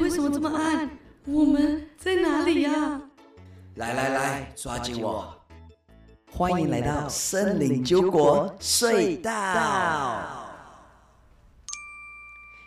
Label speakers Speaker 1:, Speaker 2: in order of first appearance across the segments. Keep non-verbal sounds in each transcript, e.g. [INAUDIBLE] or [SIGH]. Speaker 1: 为什么这么暗？我们在哪里呀、
Speaker 2: 来来来，抓紧我！欢迎来到森林酒果隧道。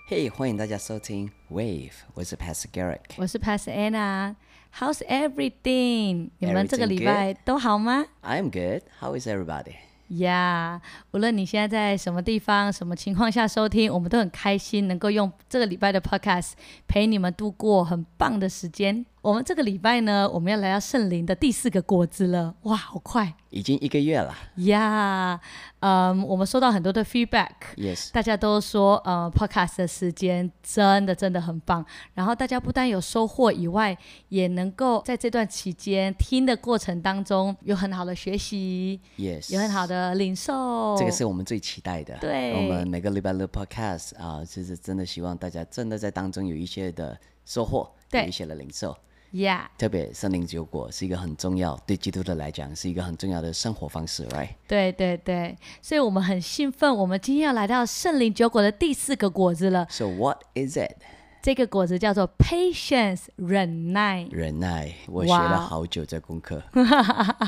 Speaker 2: 嘿、欢迎大家收听 Wave，我是 Pascal Garrick。
Speaker 3: 我是 Pass Anna。How's everything？你们这个礼拜都好吗
Speaker 2: I'm good. How is everybody?
Speaker 3: 呀无论你现在在什么地方、什么情况下收听，我们都很开心能够用这个礼拜的 Podcast 陪你们度过很棒的时间。我们这个礼拜呢，我们要来到圣灵的第四个果子了，哇，好快
Speaker 2: 已经一个月了。
Speaker 3: 呀！嗯，我们收到很多的 feedback，
Speaker 2: Yes，
Speaker 3: 大家都说，呃，podcast 的时间真的真的很棒。然后大家不但有收获以外，也能够在这段期间听的过程当中有很好的学习，
Speaker 2: yes，
Speaker 3: 有很好的领受。
Speaker 2: 这个是我们最期待的。
Speaker 3: 对
Speaker 2: 我们每个礼拜六 podcast 啊、就是真的希望大家真的在当中有一些的收获，
Speaker 3: 对
Speaker 2: 有一些的领受。
Speaker 3: 呀
Speaker 2: 特别森林酒果是一个很重要，对基督徒来讲是一个很重要的生活方式，right？
Speaker 3: 对对对，所以我们很兴奋，我们今天要来到圣灵酒果的第四个果子了。
Speaker 2: So what is it？
Speaker 3: 这个果子叫做 patience 忍耐。
Speaker 2: 忍耐，我学
Speaker 3: 哇
Speaker 2: 了好久这功课，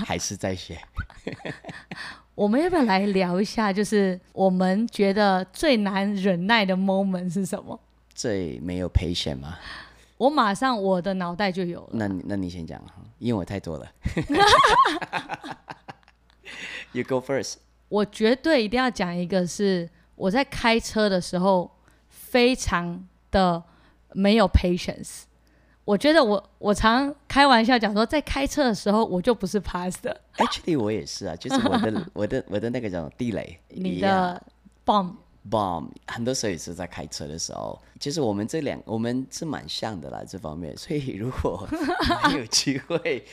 Speaker 2: 还是在学。
Speaker 3: 我们要不要来聊一下，就是我们觉得最难忍耐的 moment 是什么？
Speaker 2: 最没有 patient 吗？
Speaker 3: 我马上我的脑袋就有了。
Speaker 2: 那你那你先讲啊，因为我太多
Speaker 3: [LAUGHS]
Speaker 2: 了。you go first。
Speaker 3: 我绝对一定要讲一个是我在开车的时候非常的没有 patience。我觉得我我常开玩笑讲说，在开车的时候我就不是 pass 的，
Speaker 2: Actually，我也是啊，就是
Speaker 3: [LAUGHS]
Speaker 2: 我的我的我的那个叫什么地雷，
Speaker 3: 你
Speaker 2: 一样
Speaker 3: 的 bomb
Speaker 2: bomb，很多时候也是在开车的时候。其实我们这两我们是蛮像的啦，这方面。所以如果你有机会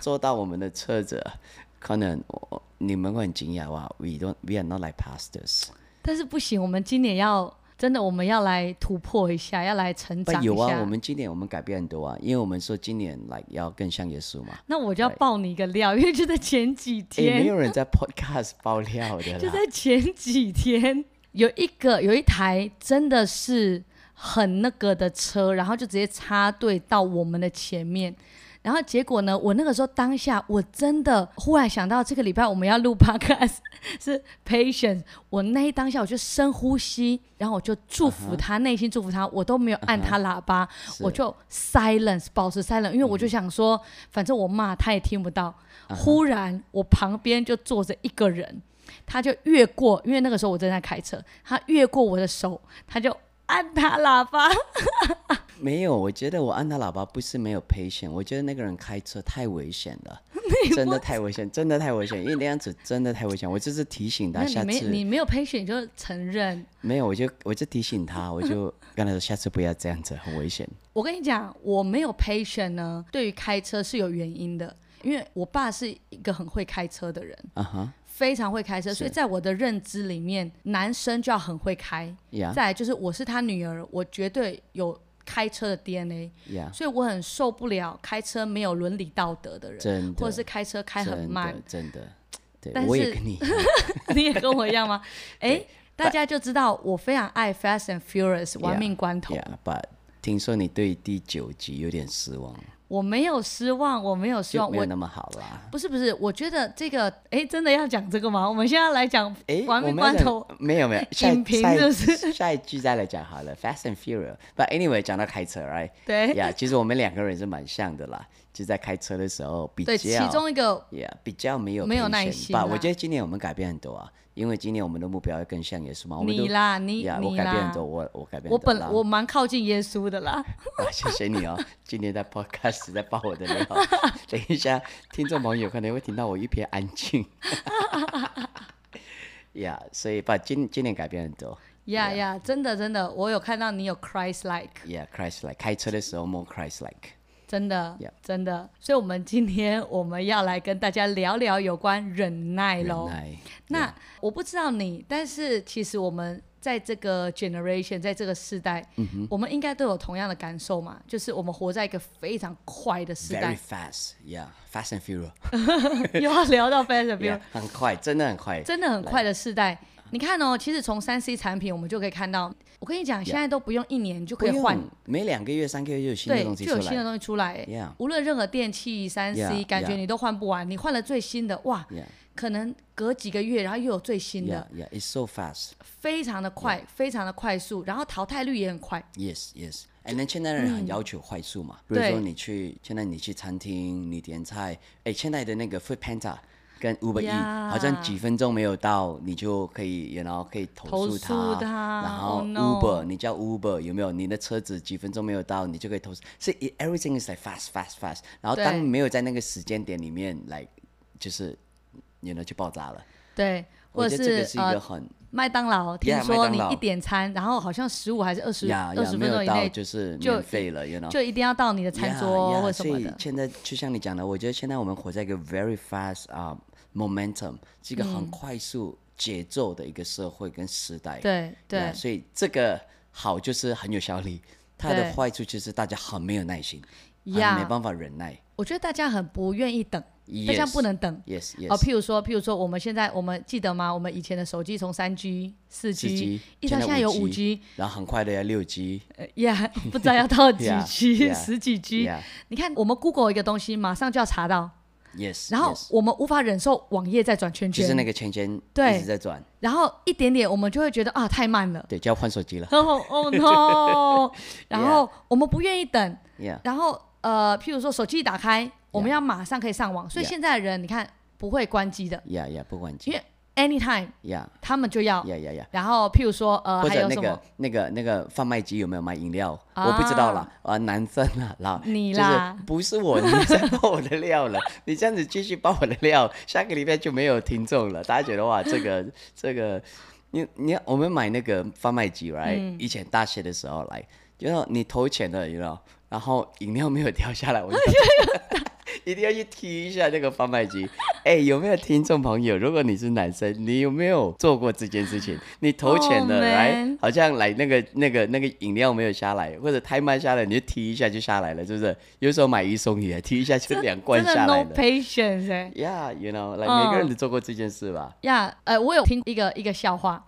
Speaker 2: 坐到我们的车子， [LAUGHS] 可能我我你们会很惊讶哇，we don't we are not like pastors。
Speaker 3: 但是不行，我们今年要真的我们要来突破一下，要来成长一下。
Speaker 2: 有啊，我们今年我们改变很多啊，因为我们说今年 like 要更像耶稣嘛。
Speaker 3: 那我就要爆你一个料，因为就在前几
Speaker 2: 也
Speaker 3: 天，
Speaker 2: 没有人在 [LAUGHS] podcast 爆料的
Speaker 3: 就
Speaker 2: 啦。
Speaker 3: 在前几天，有一个有一台真的是很那个的车，然后就直接插队到我们的前面。然后结果呢？我那个时候当下，我真的忽然想到，这个礼拜我们要录 podcast 是 patience。我那一当下，我就深呼吸，然后我就祝福他内心祝福他，我都没有按他喇叭我
Speaker 2: 是
Speaker 3: 就 silence 保持 silence，因为我就想说，反正我骂他也听不到。忽然，我旁边就坐着一个人，他就越过，因为那个时候我正在开车，他越过我的手，他就按他喇叭。
Speaker 2: 没有，我觉得我按他喇叭不是没有 patient，我觉得那个人开车太危险
Speaker 3: [LAUGHS]
Speaker 2: 了，
Speaker 3: 啊
Speaker 2: 真的太危险，真的太危险，因为那样子真的太危险。我就是提醒
Speaker 3: 那
Speaker 2: 他
Speaker 3: 你
Speaker 2: 下
Speaker 3: 没你
Speaker 2: 次
Speaker 3: 没有 patient 你就承认。
Speaker 2: 没有，我就我就提醒他，
Speaker 3: [LAUGHS]
Speaker 2: 我就跟他说下次不要这样子，很危险。
Speaker 3: 我跟你讲，我没有 patient 呢，对于开车是有原因的，因为我爸是一个很会开车的人，
Speaker 2: 啊哈，
Speaker 3: 非常会开车，
Speaker 2: 是
Speaker 3: 所以在我的认知里面，男生就要很会开。
Speaker 2: 呀
Speaker 3: 再来就是我是他女儿，我绝对有开车的 DNA，
Speaker 2: 呀，
Speaker 3: 所以我很受不了开车没有伦理道德的人，
Speaker 2: 真的，
Speaker 3: 或者是开车开很慢。
Speaker 2: 真的，真的，对，
Speaker 3: 但
Speaker 2: 我也
Speaker 3: 是 [LAUGHS]
Speaker 2: 跟你一样。
Speaker 3: 你也跟我一样
Speaker 2: [LAUGHS]
Speaker 3: 吗？哎，大家就知道我非常爱《Fast and Furious》玩命关头
Speaker 2: Yeah, but 听说你对第九集有点失望，
Speaker 3: 我没有失望，我没有失
Speaker 2: 就
Speaker 3: 望，
Speaker 2: 没有
Speaker 3: 我
Speaker 2: 那么好啦。
Speaker 3: 不是不是，我觉得这个哎，真的要讲这个吗？我们现在来讲
Speaker 2: 诶，
Speaker 3: 《玩命
Speaker 2: 我们
Speaker 3: 关
Speaker 2: 要
Speaker 3: 头》
Speaker 2: 讲没有没有，下一
Speaker 3: 影评
Speaker 2: 下一
Speaker 3: 是不是
Speaker 2: 下一句再来讲好了。Fast and Furious。But anyway，讲到开车，right？
Speaker 3: [LAUGHS] 对
Speaker 2: 呀，其实我们两个人是蛮像的啦，就在开车的时候比较，
Speaker 3: 对，其中一个
Speaker 2: yeah, 比较没有
Speaker 3: 没有
Speaker 2: patience，
Speaker 3: 耐心
Speaker 2: but
Speaker 3: 啦
Speaker 2: 我觉得今年我们改变很多啊，因为今年我们的目标要更像耶稣嘛，我们都
Speaker 3: 你啦，你
Speaker 2: yeah, 我
Speaker 3: 你
Speaker 2: 改变很
Speaker 3: 啦
Speaker 2: 多，，我我改变很多
Speaker 3: 我本
Speaker 2: 啦
Speaker 3: 我蛮靠近耶稣的啦。 [LAUGHS]
Speaker 2: 啊，谢谢你哦！今天在 podcast 在爆我的料，等一下听众朋友可能会听到我一片安静。呀、yeah,，所以把今今年改变很多。
Speaker 3: 呀呀，真的真的，我有看到你有 Christ like，
Speaker 2: Yeah，Christ like 开车的时候 more Christ like。
Speaker 3: 真的
Speaker 2: Yeah
Speaker 3: 真的。所以，我们今天我们要来跟大家聊聊有关忍耐
Speaker 2: 忍
Speaker 3: 喽。
Speaker 2: 耐。
Speaker 3: 那我不知道你，但是其实我们在这个 generation，在这个世代，
Speaker 2: 嗯
Speaker 3: 我们应该都有同样的感受嘛，就是我们活在一个非常快的时
Speaker 2: Very
Speaker 3: 代。
Speaker 2: fast, yeah, fast and furious,
Speaker 3: [LAUGHS] 又要聊到 fashion，
Speaker 2: yeah, 很快，真的很快。
Speaker 3: 真的很快的世代。你看哦，其实从三 C 产品我们就可以看到，我跟你讲，现在都不用一年就可以
Speaker 2: 不
Speaker 3: 换
Speaker 2: 用，每两个月、三个月就有新的
Speaker 3: 对，
Speaker 2: 东西
Speaker 3: 就
Speaker 2: 出
Speaker 3: 有新的
Speaker 2: 来。
Speaker 3: 东西出来。
Speaker 2: Yeah,
Speaker 3: 无论任何电器、三 C，、
Speaker 2: Yeah，
Speaker 3: 感觉
Speaker 2: yeah
Speaker 3: 你都换不完。你换了最新的，哇，
Speaker 2: yeah,
Speaker 3: 可能隔几个月，然后又有最新的
Speaker 2: yeah, yeah. It's so fast.
Speaker 3: 非常的快非常的快速，然后淘汰率也很快。
Speaker 2: Yes, yes. And then 现在的人很要求快速嘛，比
Speaker 3: 嗯
Speaker 2: 如
Speaker 3: 对
Speaker 2: 说你去现在你去餐厅，你点菜，哎，现在的那个 Food Panda 跟 Uber E 好像
Speaker 3: Yeah
Speaker 2: 几分钟没有到，你就可以然后可以投
Speaker 3: 投
Speaker 2: 诉
Speaker 3: 诉它
Speaker 2: 然后
Speaker 3: Oh no
Speaker 2: Uber 你叫 Uber 有没有？你的车子几分钟没有到，你就可以投诉。是 it- everything is like fast, fast, fast。然后
Speaker 3: 对
Speaker 2: 当没有在那个时间点里面来，就是你呢就爆炸了。
Speaker 3: 对，
Speaker 2: 我
Speaker 3: 或
Speaker 2: 觉
Speaker 3: 者
Speaker 2: 得这个是一个
Speaker 3: 呃
Speaker 2: 很
Speaker 3: 麦当劳，听
Speaker 2: Yeah，
Speaker 3: 说
Speaker 2: 麦当
Speaker 3: 你
Speaker 2: 劳
Speaker 3: 一点餐，然后好像十五还是二十
Speaker 2: 呀
Speaker 3: 呃二
Speaker 2: 呀
Speaker 3: 十
Speaker 2: 没
Speaker 3: 分钟
Speaker 2: 有
Speaker 3: 以
Speaker 2: 到
Speaker 3: 内
Speaker 2: 就是
Speaker 3: 就
Speaker 2: 免费了，you know。
Speaker 3: 就一定要到你的餐
Speaker 2: Yeah,
Speaker 3: 桌
Speaker 2: yeah，
Speaker 3: 或什么
Speaker 2: 所
Speaker 3: 的
Speaker 2: 以。现在就像你讲的，我觉得现在我们活在一个 very fast 啊、momentum，是一个
Speaker 3: 嗯
Speaker 2: 很快速节奏的一个社会跟时代。
Speaker 3: 对对
Speaker 2: Yeah，所以这个好就是很有效率，它的
Speaker 3: 对
Speaker 2: 坏处就是大家很没有耐心，很没
Speaker 3: 呀，
Speaker 2: 办法忍耐。
Speaker 3: 我觉得大家很不愿意等，大家
Speaker 2: Yes，
Speaker 3: 不能等。
Speaker 2: Yes
Speaker 3: 哦，
Speaker 2: Yes，
Speaker 3: 譬如说，譬如说，我们现在我们记得吗？我们以前的手机从三 G、四
Speaker 2: 4G
Speaker 3: 一直到
Speaker 2: 现在
Speaker 3: 现在有五
Speaker 2: 5G
Speaker 3: G，
Speaker 2: 然后很快的要六 G，
Speaker 3: 呀，不知道要到几
Speaker 2: Yeah，
Speaker 3: G，
Speaker 2: [LAUGHS] yeah，
Speaker 3: 十几 G。
Speaker 2: Yeah
Speaker 3: 你看，我们 Google 一个东西，马上就要查到，
Speaker 2: Yes，
Speaker 3: 然后
Speaker 2: yes，
Speaker 3: 我们无法忍受网页在转圈圈，
Speaker 2: 就是那个圈圈
Speaker 3: 对
Speaker 2: 一直在转，
Speaker 3: 然后一点点我们就会觉得啊太慢了，
Speaker 2: 对，就要换手机了。
Speaker 3: 然后 oh
Speaker 2: [LAUGHS]
Speaker 3: no，然后我们不愿意等，
Speaker 2: Yeah，
Speaker 3: 然后呃，譬如说手机一打开，我们
Speaker 2: Yeah
Speaker 3: 要马上可以上网，所以
Speaker 2: Yeah
Speaker 3: 现在的人你看不会关机的
Speaker 2: yeah yeah，不关
Speaker 3: 因
Speaker 2: 机
Speaker 3: 为。，anytime
Speaker 2: Yeah
Speaker 3: 他们就要。
Speaker 2: yeah yeah yeah。
Speaker 3: 然后譬如说呃
Speaker 2: 或
Speaker 3: 还
Speaker 2: 者
Speaker 3: 有
Speaker 2: 那
Speaker 3: 什么
Speaker 2: 个？那个那个贩卖机有没有卖饮料？
Speaker 3: 啊
Speaker 2: 我不知道啦，啊，男生啊，老
Speaker 3: 你
Speaker 2: 就是
Speaker 3: 啦
Speaker 2: 不是我，你在爆我的料了， [LAUGHS] 你这样子继续爆我的料，下个礼拜就没有听众了。大家觉得哇，这个这个，你你我们买那个贩卖机，right？、以
Speaker 3: 嗯
Speaker 2: 前大学的时候来，然后你投钱了，你知道，然后饮料没有掉下来，我就一定要去踢一下那个贩卖机。 [LAUGHS] 哎，有没有听众朋友？如果你是男生，你有没有做过这件事情？你投钱了
Speaker 3: Oh,
Speaker 2: 来
Speaker 3: man.
Speaker 2: 好像来那个那个那个饮料没有下来，或者太慢下来，你就踢一下就下来了，是不是？有时候买一送一，踢一下就两罐
Speaker 3: 真的
Speaker 2: 下来
Speaker 3: no
Speaker 2: 了。
Speaker 3: patience 哎、
Speaker 2: Yeah, you know, like、
Speaker 3: 嗯
Speaker 2: 每个人都做过这件事吧？
Speaker 3: 呀呃，我有听一个一个笑话，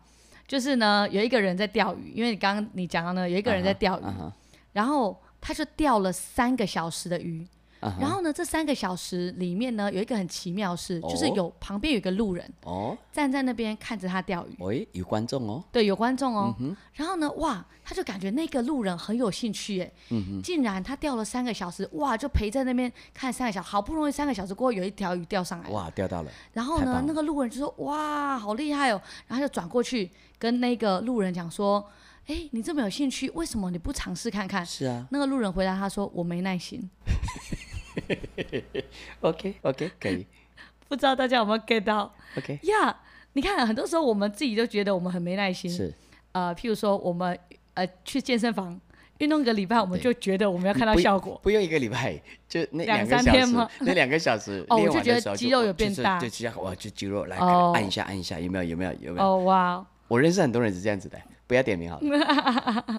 Speaker 3: 就是呢，有一个人在钓鱼，因为你刚刚你讲到呢，有一
Speaker 2: 一
Speaker 3: 个人在钓鱼
Speaker 2: 啊哈
Speaker 3: 然后他就钓了三个小时的鱼。
Speaker 2: 啊哈
Speaker 3: 然后呢，这三个小时里面呢，有一个很奇妙的事，就是
Speaker 2: 哦
Speaker 3: 有旁边有一个路人
Speaker 2: 哦，
Speaker 3: 站在那边看着他钓鱼，
Speaker 2: 喂，有观众哦，
Speaker 3: 对，有观众哦。然后呢，哇，他就感觉那个路人很有兴趣耶，
Speaker 2: 嗯
Speaker 3: 竟然他钓了三个小时，哇，就陪在那边看三个小时，好不容易三个小时过后有一条鱼钓上来了，
Speaker 2: 哇，钓到了，
Speaker 3: 然后
Speaker 2: 太棒
Speaker 3: 呢
Speaker 2: 了，
Speaker 3: 那个路人就说：“哇，好厉害哦！”然后就转过去跟那个路人讲说：“哎，你这么有兴趣，为什么你不尝试看看
Speaker 2: 是啊？”
Speaker 3: 那个路人回答他说：“我没耐心。
Speaker 2: ，OK OK 可以”
Speaker 3: 不知道大家有没有 get 到
Speaker 2: OK
Speaker 3: 呀你看，很多时候我们自己都觉得我们很没耐心。
Speaker 2: 是。
Speaker 3: 呃，譬如说我们呃去健身房运动一个礼拜，我们就觉得我们要看到
Speaker 2: 不
Speaker 3: 效果。
Speaker 2: 不用一个礼拜，就那
Speaker 3: 两
Speaker 2: 两个
Speaker 3: 三
Speaker 2: 小
Speaker 3: 天
Speaker 2: 时
Speaker 3: 吗，
Speaker 2: 那两个小时
Speaker 3: 哦
Speaker 2: 练
Speaker 3: 我就
Speaker 2: 完
Speaker 3: 觉
Speaker 2: 的
Speaker 3: 得
Speaker 2: 时候就
Speaker 3: 肌肉有
Speaker 2: 哦
Speaker 3: 变
Speaker 2: 就是
Speaker 3: 大
Speaker 2: 对，就像哇，就肌肉来
Speaker 3: 哦
Speaker 2: 按一下，按一下，有没有？有没有？有没有？
Speaker 3: 哦嗯哇
Speaker 2: 我认识很多人是这样子的，不要点名好了，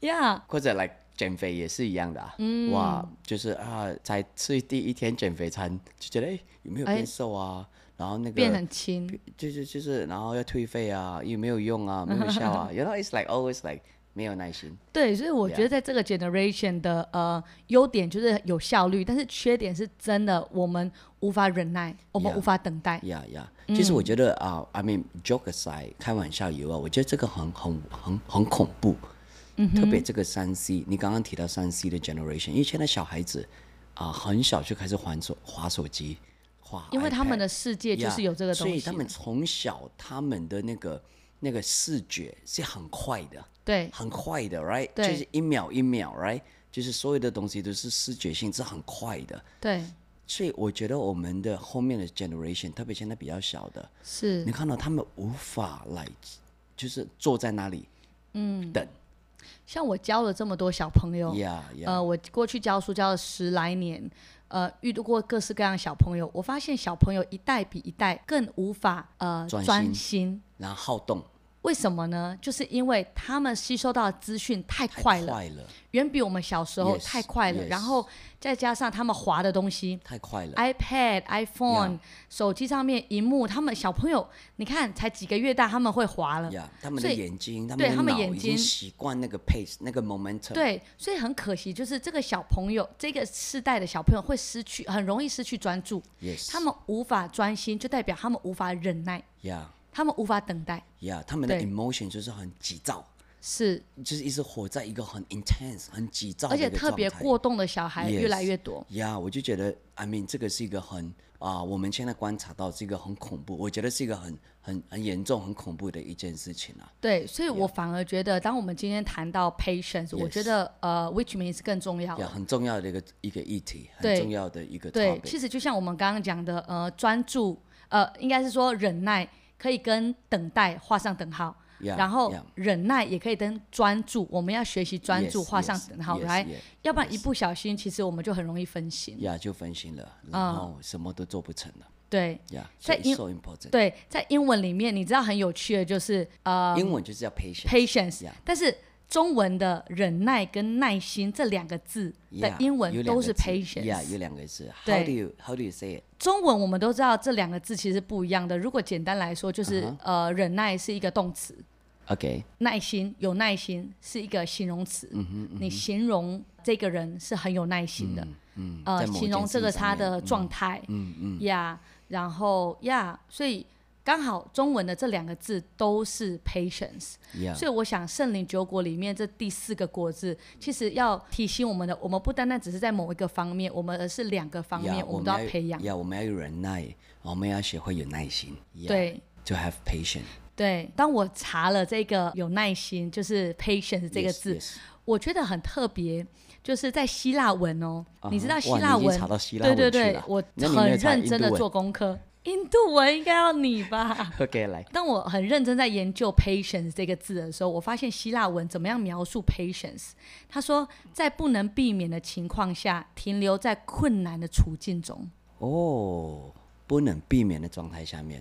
Speaker 3: 呀
Speaker 2: 或者来减肥也是一样的啊。
Speaker 3: 嗯
Speaker 2: 哇，就是啊，才吃第一天减肥餐就觉得哎、有没有
Speaker 3: 哎
Speaker 2: 变瘦啊？然后那个
Speaker 3: 变很轻。
Speaker 2: 就是就是，然后要退费啊，有没有用啊？
Speaker 3: [LAUGHS]
Speaker 2: 没有效啊？You know, it's like always like 没有耐心。
Speaker 3: 对，所以我
Speaker 2: Yeah
Speaker 3: 觉得在这个 generation 的呃优点就是有效率，但是缺点是真的我们无法忍耐，我们
Speaker 2: Yeah
Speaker 3: 无法等待。
Speaker 2: 呀呀，其实我
Speaker 3: 嗯
Speaker 2: 觉得啊、i mean joke aside，开玩笑以外，我觉得这个很很很很恐怖，
Speaker 3: 嗯
Speaker 2: 特别这个三 C，你刚刚提到三 C 的 generation，因为现在小孩子啊、很小就开始玩手滑手机，滑 iPad，
Speaker 3: 因为他们的世界就
Speaker 2: Yeah，
Speaker 3: 是有这个
Speaker 2: 所
Speaker 3: 东
Speaker 2: 以
Speaker 3: 西
Speaker 2: 他们从小他们的那个那个视觉是很快的，
Speaker 3: 对
Speaker 2: 很快的，right？
Speaker 3: 对
Speaker 2: 就是一秒一秒，right？就是所有的东西都是视觉性是很快的，
Speaker 3: 对
Speaker 2: 所以我觉得我们的后面的 generation，特别现在比较小的，
Speaker 3: 是
Speaker 2: 你，看到他们无法来，就是坐在那里，嗯，等，
Speaker 3: 像我教了这么多小朋友
Speaker 2: 呀呀
Speaker 3: 呃，我过去教书教了十来年，呃，遇到过各式各样的小朋友，我发现小朋友一代比一代更无法呃
Speaker 2: 专心
Speaker 3: 专心
Speaker 2: 然后好动，
Speaker 3: 为什么呢？就是因为他们吸收到的资讯太快了，
Speaker 2: 快了，
Speaker 3: 远比我们小时候
Speaker 2: Yes,
Speaker 3: 太快了。
Speaker 2: yes
Speaker 3: 然后再加上他们滑的东西
Speaker 2: 太快
Speaker 3: 哎
Speaker 2: 了。
Speaker 3: ，iPad、iPhone、手机上面荧幕，他们小朋友，你看才几个月大，他们会滑了。
Speaker 2: 呀、他们
Speaker 3: 所
Speaker 2: 的
Speaker 3: 以
Speaker 2: 眼睛，他
Speaker 3: 对
Speaker 2: 们
Speaker 3: 他
Speaker 2: 的
Speaker 3: 们
Speaker 2: 脑
Speaker 3: 眼
Speaker 2: 已经
Speaker 3: 睛
Speaker 2: 习惯那个 pace，那个 momentum。
Speaker 3: 对，所以很可惜，就是这个小朋友，这个世代的小朋友会失去，很容易失去专注。
Speaker 2: ，yes，
Speaker 3: 他们无法专心，就代表他们无法忍耐，
Speaker 2: 呀
Speaker 3: 他们无法等待。
Speaker 2: 呀，他们的
Speaker 3: 对
Speaker 2: emotion 就是很急躁，
Speaker 3: 是，
Speaker 2: 就是一直活在一个很 intense、很急躁的
Speaker 3: 而
Speaker 2: 一
Speaker 3: 且
Speaker 2: 个
Speaker 3: 特别
Speaker 2: 状态
Speaker 3: 过动的小孩
Speaker 2: Yes
Speaker 3: 越来越多。
Speaker 2: 呀我就觉得，I mean，这个是一个很啊、我们现在观察到是一个很恐怖，我觉得是一个很很很严重、很恐怖的一件事情啊。
Speaker 3: 对，所以我反而觉得，当我们今天谈到 patience，、我
Speaker 2: Yes
Speaker 3: 觉得呃，which means 更重要
Speaker 2: 呀、
Speaker 3: 了。
Speaker 2: 很重要的一个一个议题，很
Speaker 3: 对
Speaker 2: 重要的一个
Speaker 3: 对，
Speaker 2: topic。
Speaker 3: 其实就像我们刚刚讲的，呃，专注，呃，应该是说忍耐可以跟等待画上等号
Speaker 2: Yeah，
Speaker 3: 然后
Speaker 2: yeah
Speaker 3: 忍耐也可以跟专注，我们要学习专注
Speaker 2: Yes，
Speaker 3: 画上
Speaker 2: yes，
Speaker 3: 等号
Speaker 2: yes，
Speaker 3: 来
Speaker 2: yeah，
Speaker 3: 要不然一不小心，其实我们就很容易分心。
Speaker 2: 呀、就分心了，然后什么都做不成了。
Speaker 3: 嗯对
Speaker 2: 呀、
Speaker 3: 在
Speaker 2: yeah,，so it's
Speaker 3: 英
Speaker 2: so important。
Speaker 3: 对，在英文里面，你知道很有趣的就是呃
Speaker 2: 英文就是要 patience。
Speaker 3: patience，
Speaker 2: Yeah
Speaker 3: 但是中文的忍耐跟耐心这两个字的
Speaker 2: Yeah，
Speaker 3: 英文
Speaker 2: 有两
Speaker 3: 都
Speaker 2: 个
Speaker 3: 是
Speaker 2: 字
Speaker 3: patience。
Speaker 2: Yeah，有两个字。
Speaker 3: 对
Speaker 2: How do you How do you say it？
Speaker 3: 中文我们都知道这两个字其实不一样的。如果简单来说，就是、
Speaker 2: 嗯
Speaker 3: 呃，忍耐是一个动词，
Speaker 2: OK，
Speaker 3: 耐心有耐心是一个形容词。你形容这个人是很有耐心的，
Speaker 2: 嗯，
Speaker 3: 呃
Speaker 2: 在，某
Speaker 3: 形容
Speaker 2: 件
Speaker 3: 这
Speaker 2: 事
Speaker 3: 个
Speaker 2: 上
Speaker 3: 他
Speaker 2: 面
Speaker 3: 的状态，
Speaker 2: 嗯嗯
Speaker 3: 呀、然后呀所以刚好中文的这两个字都是 patience。所
Speaker 2: ，Yeah，
Speaker 3: 以我想，圣灵九果里面这第四个果字，其实要提醒我们的，我们不单单只是在某一个方面，我们而是两个方面
Speaker 2: Yeah，
Speaker 3: 我们都要培养。
Speaker 2: 呀，我们要有忍耐，我们要学会有耐心。Yeah，
Speaker 3: 对
Speaker 2: ，To have patience。
Speaker 3: 对，当我查了这个有耐心，就是 patience 这个
Speaker 2: Yes，
Speaker 3: 字
Speaker 2: yes
Speaker 3: 我觉得很特别，就是在希腊文哦
Speaker 2: 啊哈
Speaker 3: 你知道希
Speaker 2: 哇
Speaker 3: 腊
Speaker 2: 你已经
Speaker 3: 文
Speaker 2: 查到希腊
Speaker 3: 对
Speaker 2: 文
Speaker 3: 对
Speaker 2: 去
Speaker 3: 对
Speaker 2: 了，
Speaker 3: 我
Speaker 2: 那你没有
Speaker 3: 很
Speaker 2: 查
Speaker 3: 认
Speaker 2: 印
Speaker 3: 真
Speaker 2: 度
Speaker 3: 的
Speaker 2: 文
Speaker 3: 做功课。印度文应该要你吧？ [LAUGHS]
Speaker 2: OK，来
Speaker 3: 当我很认真在研究 patience 这个字的时候，我发现希腊文怎么样描述 patience。他说，在不能避免的情况下，停留在困难的处境中，
Speaker 2: 哦，不能避免的状态下面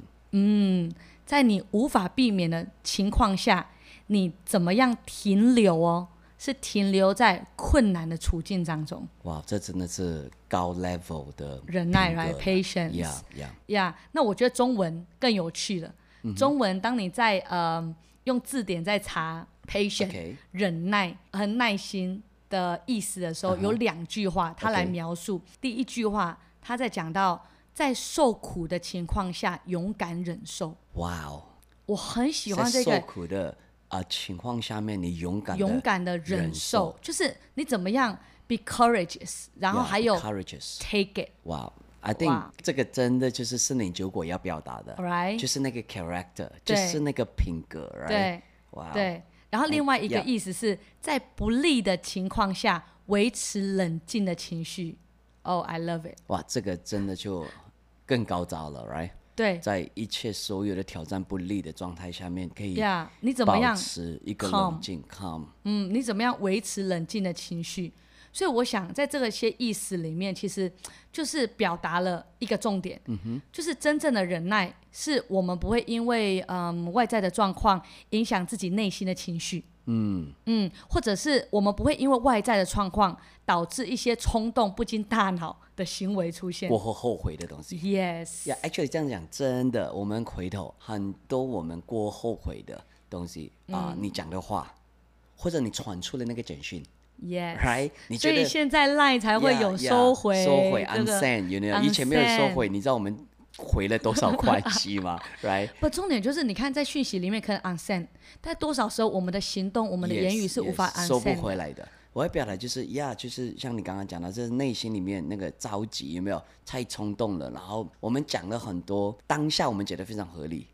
Speaker 3: 在你无法避免的情况下，你怎么样停留哦？是停留在困难的处境当中，
Speaker 2: 哇，这真的是高 level 的
Speaker 3: 忍耐
Speaker 2: 品格
Speaker 3: right
Speaker 2: 了
Speaker 3: patience。
Speaker 2: Yeah, yeah.
Speaker 3: 呀那我觉得中文更有趣了。
Speaker 2: 嗯
Speaker 3: 中文当你在呃用字典在查 patient、
Speaker 2: OK
Speaker 3: 忍耐和耐心的意思的时候有两句话它来
Speaker 2: 嗯 OK
Speaker 3: 描述。第一句话，它在讲到在受苦的情况下勇敢忍受。
Speaker 2: 哇哦，
Speaker 3: 我很喜欢这
Speaker 2: 在受
Speaker 3: 个
Speaker 2: 苦的啊、情况下面，你勇敢地
Speaker 3: 勇敢的忍受，
Speaker 2: 忍受
Speaker 3: 就是你怎么样 be courageous，然后
Speaker 2: Yeah,
Speaker 3: 还有
Speaker 2: courageous。
Speaker 3: take it。
Speaker 2: 哇、i think
Speaker 3: 哇
Speaker 2: 这个真的就是森林酒果要表达的
Speaker 3: Alright
Speaker 2: 就是那个 character，就
Speaker 3: 对
Speaker 2: 是那个品格，right？
Speaker 3: 对
Speaker 2: 哇、
Speaker 3: 对，然后另外一个
Speaker 2: yeah
Speaker 3: 意思是在不利的情况下维持冷静的情绪。Oh, I love it。
Speaker 2: 哇，这个真的就更高招了，right？
Speaker 3: 对
Speaker 2: 在一切所有的挑战不利的状态下面，可以
Speaker 3: 呀你怎么
Speaker 2: 保
Speaker 3: 样？
Speaker 2: 持一个
Speaker 3: calm
Speaker 2: 冷静，calm。
Speaker 3: 嗯，你怎么样维持冷静的情绪？所以我想，在这个些意思里面，其实就是表达了一个重点，就是真正的忍耐，是我们不会因为嗯外在的状况影响自己内心的情绪，嗯嗯，或者是我们不会因为外在的状况导致一些冲动、不经大脑的行为出现
Speaker 2: 过。后后悔的东西。
Speaker 3: Yes，
Speaker 2: 呀、actually 这样讲真的，我们回头很多我们过后悔的东西啊、
Speaker 3: 嗯
Speaker 2: 你讲的话，或者你传出了那个简讯
Speaker 3: yes，
Speaker 2: ，right？你
Speaker 3: 所
Speaker 2: 觉
Speaker 3: 以
Speaker 2: 得
Speaker 3: 现在 Line 才会
Speaker 2: Yeah,
Speaker 3: 有
Speaker 2: yeah,
Speaker 3: 收回
Speaker 2: 收回
Speaker 3: 这个
Speaker 2: unsend，有没有？以前没有收回，你知道我们回了多少 [LAUGHS] 块机吗？right？
Speaker 3: 不，重点就是你看，在讯息里面可能 unsend，但多少时候我们的行动、我
Speaker 2: 我
Speaker 3: 们的言语是无法
Speaker 2: 收不
Speaker 3: unsend 的。
Speaker 2: 回来的。我要表达就是呀，就是像你刚刚讲的，就是内心里面那个着急有没有太冲动了？然后我们讲了很多当下我们觉得非常合理，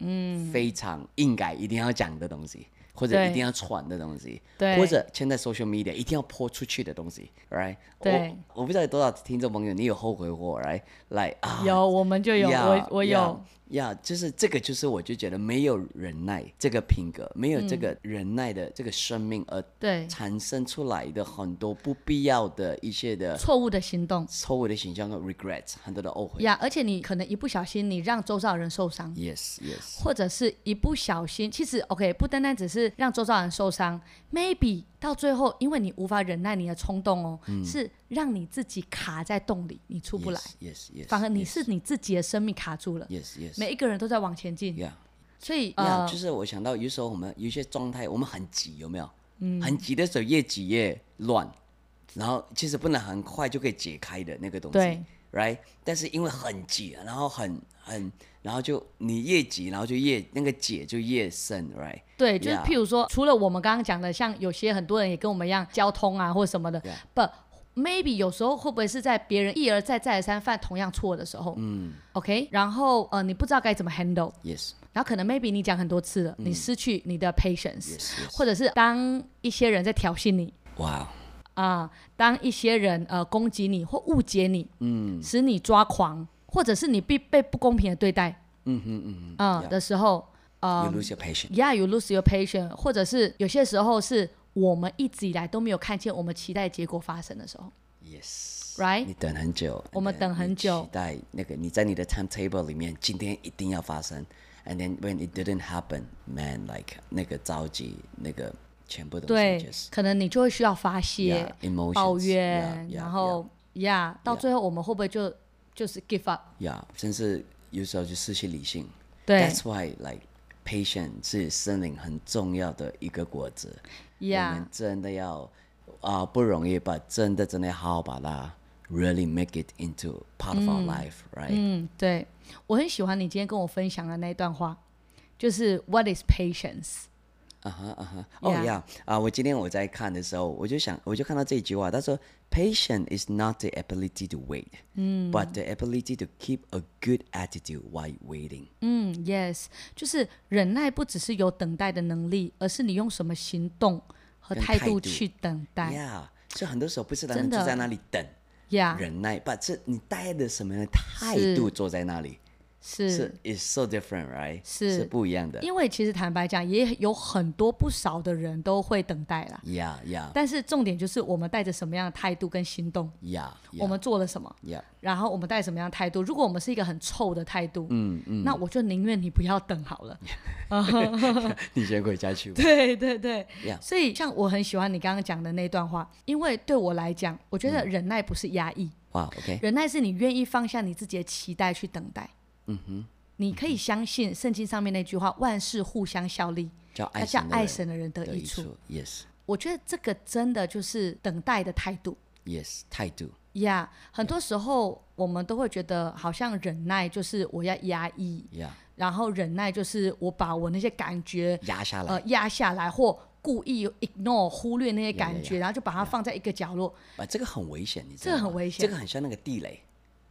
Speaker 2: 嗯，非常应该一定要讲的东西，或者
Speaker 3: 对
Speaker 2: 一定要传的东西，
Speaker 3: 对
Speaker 2: 或者现在 social media 一定要泼出去的东西，right？
Speaker 3: 对
Speaker 2: 我，我不知道有多少听众朋友你有后悔过，right？来啊，
Speaker 3: 有，我们就有，
Speaker 2: 呀
Speaker 3: 我我有。
Speaker 2: 呀就是这个，就是我就觉得没有忍耐这个品格，没有这个忍耐的这个生命，而
Speaker 3: 嗯对，
Speaker 2: 产生出来的很多不必要的一些的
Speaker 3: 错误的行动
Speaker 2: 错误的形象和 regret，很多的后悔。
Speaker 3: 呀而且你可能一不小心，你让周遭人受伤。
Speaker 2: Yes, yes，
Speaker 3: 或者是一不小心，其实 OK，不单单只是让周遭人受伤，maybe 到最后，因为你无法忍耐你的冲动哦，
Speaker 2: 嗯
Speaker 3: 是让你自己卡在洞里，你出不来，
Speaker 2: Yes, yes, yes。
Speaker 3: 反而你是你自己的生命卡住了。
Speaker 2: Yes, yes。
Speaker 3: 每一个人都在往前进
Speaker 2: Yeah,
Speaker 3: 所以
Speaker 2: yeah，
Speaker 3: 呃
Speaker 2: 就是我想到有时候我们有一些状态，我们很急，有没有？嗯。很急的时候越急越乱，然后其实不能很快就可以解开的那个东西。
Speaker 3: 对。
Speaker 2: Right，但是因为很急，然后很很，然后就你越急，然后就越那个解就越深，Right？
Speaker 3: 对，就是
Speaker 2: Yeah
Speaker 3: 譬如说除了我们刚刚讲的，像有些很多人也跟我们一样，交通啊或什么的
Speaker 2: Yeah
Speaker 3: 不 maybe 有时候会不会是在别人一而再再而三犯同样错的时候，嗯，OK，然后呃你不知道该怎么 handle，
Speaker 2: Yes,
Speaker 3: 然后可能 maybe 你讲很多次了，你失去你的 patience，、
Speaker 2: 嗯 yes, yes.
Speaker 3: 或者是当一些人在挑衅你
Speaker 2: 哇、
Speaker 3: 啊、当一些人呃攻击你或误解你，嗯，使你抓狂，或者是你被被不公平的对待，嗯嗯嗯，啊、
Speaker 2: yeah
Speaker 3: 的时候，
Speaker 2: wow,
Speaker 3: 呃
Speaker 2: you lose your patience.
Speaker 3: ，yeah you lose your patience，或者是有些时候是我们一直以来都没有看见我们期待的结果发生的时候，
Speaker 2: Yes.
Speaker 3: Right？
Speaker 2: 你等很久，
Speaker 3: 我们
Speaker 2: and then
Speaker 3: 等很
Speaker 2: 你
Speaker 3: 久
Speaker 2: 期待那个你在你的 timetable 里面，今天一定要发生。And then when it didn't happen, man, like 那个着急，那个全部东西
Speaker 3: 对
Speaker 2: 就，是
Speaker 3: 可能你就会需要发泄
Speaker 2: yeah, emotions,
Speaker 3: 抱怨
Speaker 2: yeah, yeah,
Speaker 3: 然后 yeah 到
Speaker 2: yeah
Speaker 3: 最后我们会不会就就是 give up？
Speaker 2: 呀，甚至有时候就失去理性。
Speaker 3: 对
Speaker 2: That's why like patience 是森林很重要的一个果子。我
Speaker 3: ，yeah
Speaker 2: 们真的要啊、不容易把真的真的好好把它 really make it into part of
Speaker 3: Mm。
Speaker 2: our life, right?
Speaker 3: 嗯，对，我很喜欢你今天跟我分享的那一段话，就是 What is patience？
Speaker 2: 啊哈啊哈，哦
Speaker 3: Yeah.
Speaker 2: 呀啊！Oh, Uh, 我今天我在看的时候，我就想，我就看到这一句话，他说，Patience is not the ability to wait，嗯，but
Speaker 3: Hmm.
Speaker 2: the ability to keep a good attitude while waiting。
Speaker 3: 嗯，yes，就是忍耐不只是有等待的能力，而是你用什么行动和
Speaker 2: 跟
Speaker 3: 态
Speaker 2: 态
Speaker 3: 度
Speaker 2: 度
Speaker 3: 去等待。
Speaker 2: Yeah，所以很多时候不是他们
Speaker 3: 真的
Speaker 2: 就在那里等
Speaker 3: Yeah，
Speaker 2: 忍耐，把这你带着什么样的态度
Speaker 3: 是
Speaker 2: 坐在那里，
Speaker 3: 是
Speaker 2: 是 is so different，right？
Speaker 3: 是
Speaker 2: 是不一样的。
Speaker 3: 因为其实坦白讲，也有很多不少的人都会等待啦。
Speaker 2: Yeah yeah
Speaker 3: 但是重点就是我们带着什么样的态度跟行动，
Speaker 2: yeah，
Speaker 3: 我们做了什么，
Speaker 2: yeah [LAUGHS]
Speaker 3: 然后我们带什么样的态度。如果我们是一个很臭的态度，嗯嗯，那我就宁愿你不要等好了。
Speaker 2: 你先回家去
Speaker 3: [LAUGHS]
Speaker 2: 吧。
Speaker 3: 对对对
Speaker 2: Yeah
Speaker 3: 所以像我很喜欢你刚刚讲的那段话，因为对我来讲，我觉
Speaker 2: 嗯
Speaker 3: 得忍耐不是压抑，
Speaker 2: 哇，OK，
Speaker 3: 忍耐是你愿意放下你自己的期待去等待。嗯哼，你
Speaker 2: 嗯
Speaker 3: 可以相信圣经上面那句话：“万事互相效力，
Speaker 2: 叫爱
Speaker 3: 要叫
Speaker 2: 神的
Speaker 3: 爱
Speaker 2: 人
Speaker 3: 神的人得
Speaker 2: 的
Speaker 3: 益
Speaker 2: 益
Speaker 3: 处。
Speaker 2: 处。Yes
Speaker 3: 我觉得这个真的就是等待的态度。
Speaker 2: yes，态度。
Speaker 3: 呀、很多时候我们都会觉得，好像忍耐就是我要压抑，
Speaker 2: Yeah，
Speaker 3: 然后忍耐就是我把我那些感觉
Speaker 2: 压下来
Speaker 3: 呃。压下来或故意 ignore 忽略那些感觉
Speaker 2: Yeah, yeah, yeah.
Speaker 3: 然后就把它放在一个角落。
Speaker 2: 啊，这个很危险，你知
Speaker 3: 这
Speaker 2: 道
Speaker 3: 个
Speaker 2: 吗？
Speaker 3: 很危险
Speaker 2: 这个很像那个地雷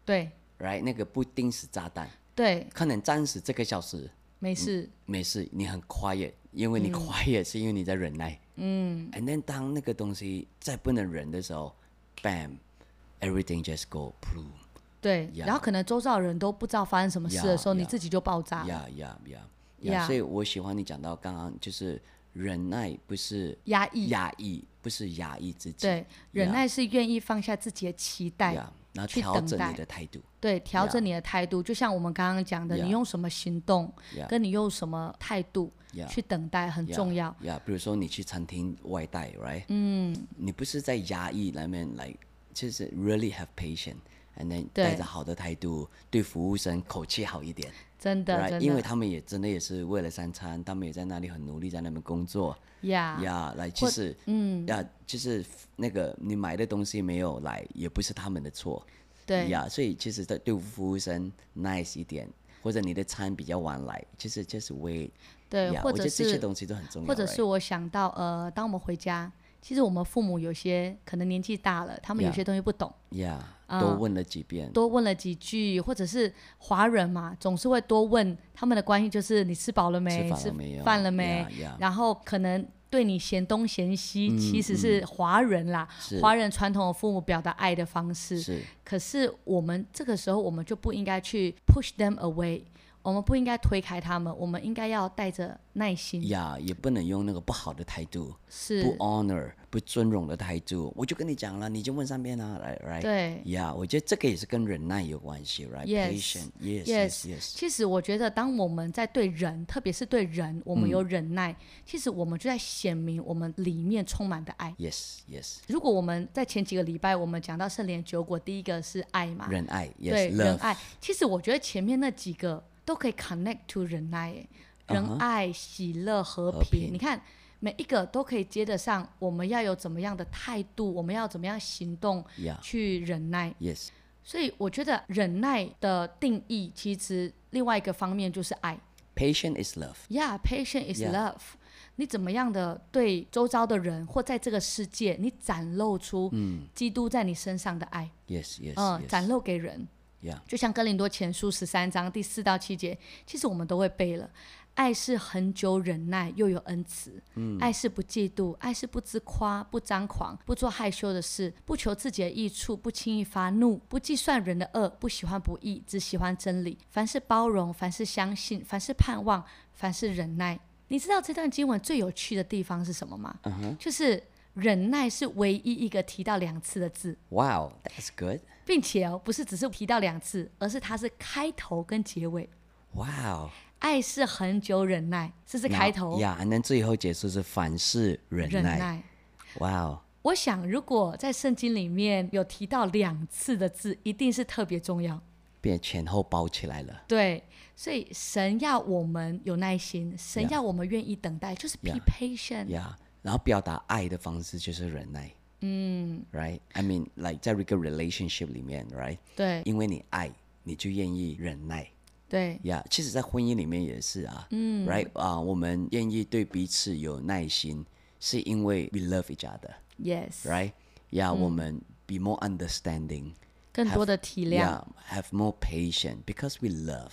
Speaker 3: 对
Speaker 2: ，right？那个不定时炸弹，
Speaker 3: 对，
Speaker 2: 可能暂时这个小时
Speaker 3: 没事，
Speaker 2: 没事，你很 quiet，因
Speaker 3: 嗯
Speaker 2: 为你 quiet 是因为你在忍耐，嗯。And then 当那个东西再不能忍的时候，bam，everything just go boom。
Speaker 3: 对。
Speaker 2: Yeah.
Speaker 3: 然后可能周遭的人都不知道发生什么事的
Speaker 2: Yeah,
Speaker 3: 时候
Speaker 2: yeah.
Speaker 3: 你自己就爆炸了
Speaker 2: 呀呀呀
Speaker 3: Yeah
Speaker 2: 呀！所以我喜欢你讲到刚刚就是忍耐不是
Speaker 3: 压抑。
Speaker 2: 压抑，不是压抑自己，
Speaker 3: 对，忍耐是愿意放下自己的期待
Speaker 2: 呀，然后
Speaker 3: 去
Speaker 2: 调
Speaker 3: 等
Speaker 2: 整
Speaker 3: 待
Speaker 2: 你的态度。
Speaker 3: 对，调整你的态度就像我们刚刚讲的
Speaker 2: Yeah.
Speaker 3: 你用什么行动
Speaker 2: Yeah.
Speaker 3: 跟你用什么态度
Speaker 2: Yeah.
Speaker 3: 去等待很重要。
Speaker 2: 呀比如说你去餐厅外带，right？嗯，你不是在压抑那边来，就是 really have patience，and then
Speaker 3: 对
Speaker 2: 带着好的态度，对服务生口气好一点
Speaker 3: 真的，
Speaker 2: ，right？
Speaker 3: 真
Speaker 2: 因为
Speaker 3: 的
Speaker 2: 他们也真的也是为了三餐，他们也在那里很努力，在那边工作。
Speaker 3: 呀
Speaker 2: 呀，来，其实，嗯，呀，就是那个你买的东西没有来，也不是他们的错，
Speaker 3: 对
Speaker 2: 呀，所以其实对对服务生 nice 一点，或者你的餐比较晚来，其实就是 wait，
Speaker 3: 对
Speaker 2: 呀，
Speaker 3: 或
Speaker 2: 我
Speaker 3: 者
Speaker 2: 觉得这些
Speaker 3: 是
Speaker 2: 东西都很重要，
Speaker 3: 或者
Speaker 2: right？
Speaker 3: 是我想到呃，当我们回家，其实我们父母有些可能年纪大了，他们有
Speaker 2: Yeah. 嗯
Speaker 3: 些东西不懂，
Speaker 2: 呀，
Speaker 3: 啊
Speaker 2: 多问了几遍，
Speaker 3: 多问了几句，或者是华人嘛，总是会多问他们的关系，就是你吃饱了没，吃
Speaker 2: 吃饭了没有？
Speaker 3: 饭了没，
Speaker 2: 呀呀
Speaker 3: 然后可能对你嫌东嫌
Speaker 2: 嗯
Speaker 3: 西，其实是华人啦，
Speaker 2: 是
Speaker 3: 华人传统的父母表达爱的方式。
Speaker 2: 是
Speaker 3: 可是我们这个时候，我们就不应该去 push them away，我们不应该推开他们，我们应该要带着耐心。
Speaker 2: 呀也不能用那个不好的态度，不，oh
Speaker 3: 是，
Speaker 2: honor 不尊荣的态度。我就跟你讲了，你就问上面啊来来。
Speaker 3: 对。
Speaker 2: 呀我觉得这个也是跟忍耐有关系，right?
Speaker 3: Yes.
Speaker 2: Patient, yes,
Speaker 3: Yes.
Speaker 2: yes, yes.
Speaker 3: 其实我觉得，当我们在对人，特别是对人，我们有忍耐，
Speaker 2: 嗯
Speaker 3: 其实我们就在显明我们里面充满的爱。
Speaker 2: Yes, yes.
Speaker 3: 如果我们在前几个礼拜我们讲到圣莲酒果，第一个是爱嘛，
Speaker 2: 忍爱
Speaker 3: 啊对
Speaker 2: ，yes,
Speaker 3: 仁
Speaker 2: love.
Speaker 3: 爱。其实我觉得前面那几个都可以 connect to 仁爱耶，仁爱、喜乐、和
Speaker 2: 嗯和平
Speaker 3: 你看每一个都可以接得上。我们要有怎么样的态度，我们要怎么样行动
Speaker 2: Yeah,
Speaker 3: 去忍耐。
Speaker 2: yes.
Speaker 3: 所以我觉得忍耐的定义，其实另外一个方面就是爱。
Speaker 2: Patient is love.
Speaker 3: Yeah, patience is
Speaker 2: Yeah.
Speaker 3: love. 你怎么样的对周遭的人或在这个世界，你展露出基督在你身上的爱，
Speaker 2: Yes, 嗯 yes,
Speaker 3: 嗯、展
Speaker 2: yes.
Speaker 3: 露给人。
Speaker 2: Yeah,
Speaker 3: 就像哥林多前书十三章第四到七节，其实我们都会背了。爱是恒久忍耐，又有恩慈。爱是不嫉妒，爱是不自夸，不张狂，不做害羞的事，不求自己的益处，不轻易发怒，不计算人的恶，不喜欢不义，只喜欢真理。凡是包容，凡是相信，凡是盼望，凡是忍耐。你知道这段经文最有趣的地方是什么吗就是忍耐是唯一一个提到两次的字。
Speaker 2: wow, that's good.
Speaker 3: 并且哦，不是只是提到两次，而是它是开头跟结尾。
Speaker 2: Wow.
Speaker 3: 爱是很久忍耐，这是开头
Speaker 2: 呀，那最后结束是凡事忍
Speaker 3: 忍
Speaker 2: 耐。
Speaker 3: 耐。
Speaker 2: Wow.
Speaker 3: 我想，如果在圣经里面有提到两次的字，一定是特别重要。
Speaker 2: 变前后包起来了。
Speaker 3: 对，所以神要我们有耐心，神要我们愿意等待，就是 be
Speaker 2: Yeah.
Speaker 3: patient。
Speaker 2: 呀、然后表达爱的方式就是忍耐。嗯，right，I mean like 在一个 relationship 里面，right，
Speaker 3: 对
Speaker 2: 因为你爱，你就愿意忍耐。
Speaker 3: 对
Speaker 2: 呀、其实，在婚姻里面也是啊。嗯，right 啊、我们愿意对彼此有耐心，是因为 we love each other，right？
Speaker 3: ，yes，
Speaker 2: 呀、我们 be more understanding。
Speaker 3: 更多的体谅。
Speaker 2: Yeah, have more patience because we love.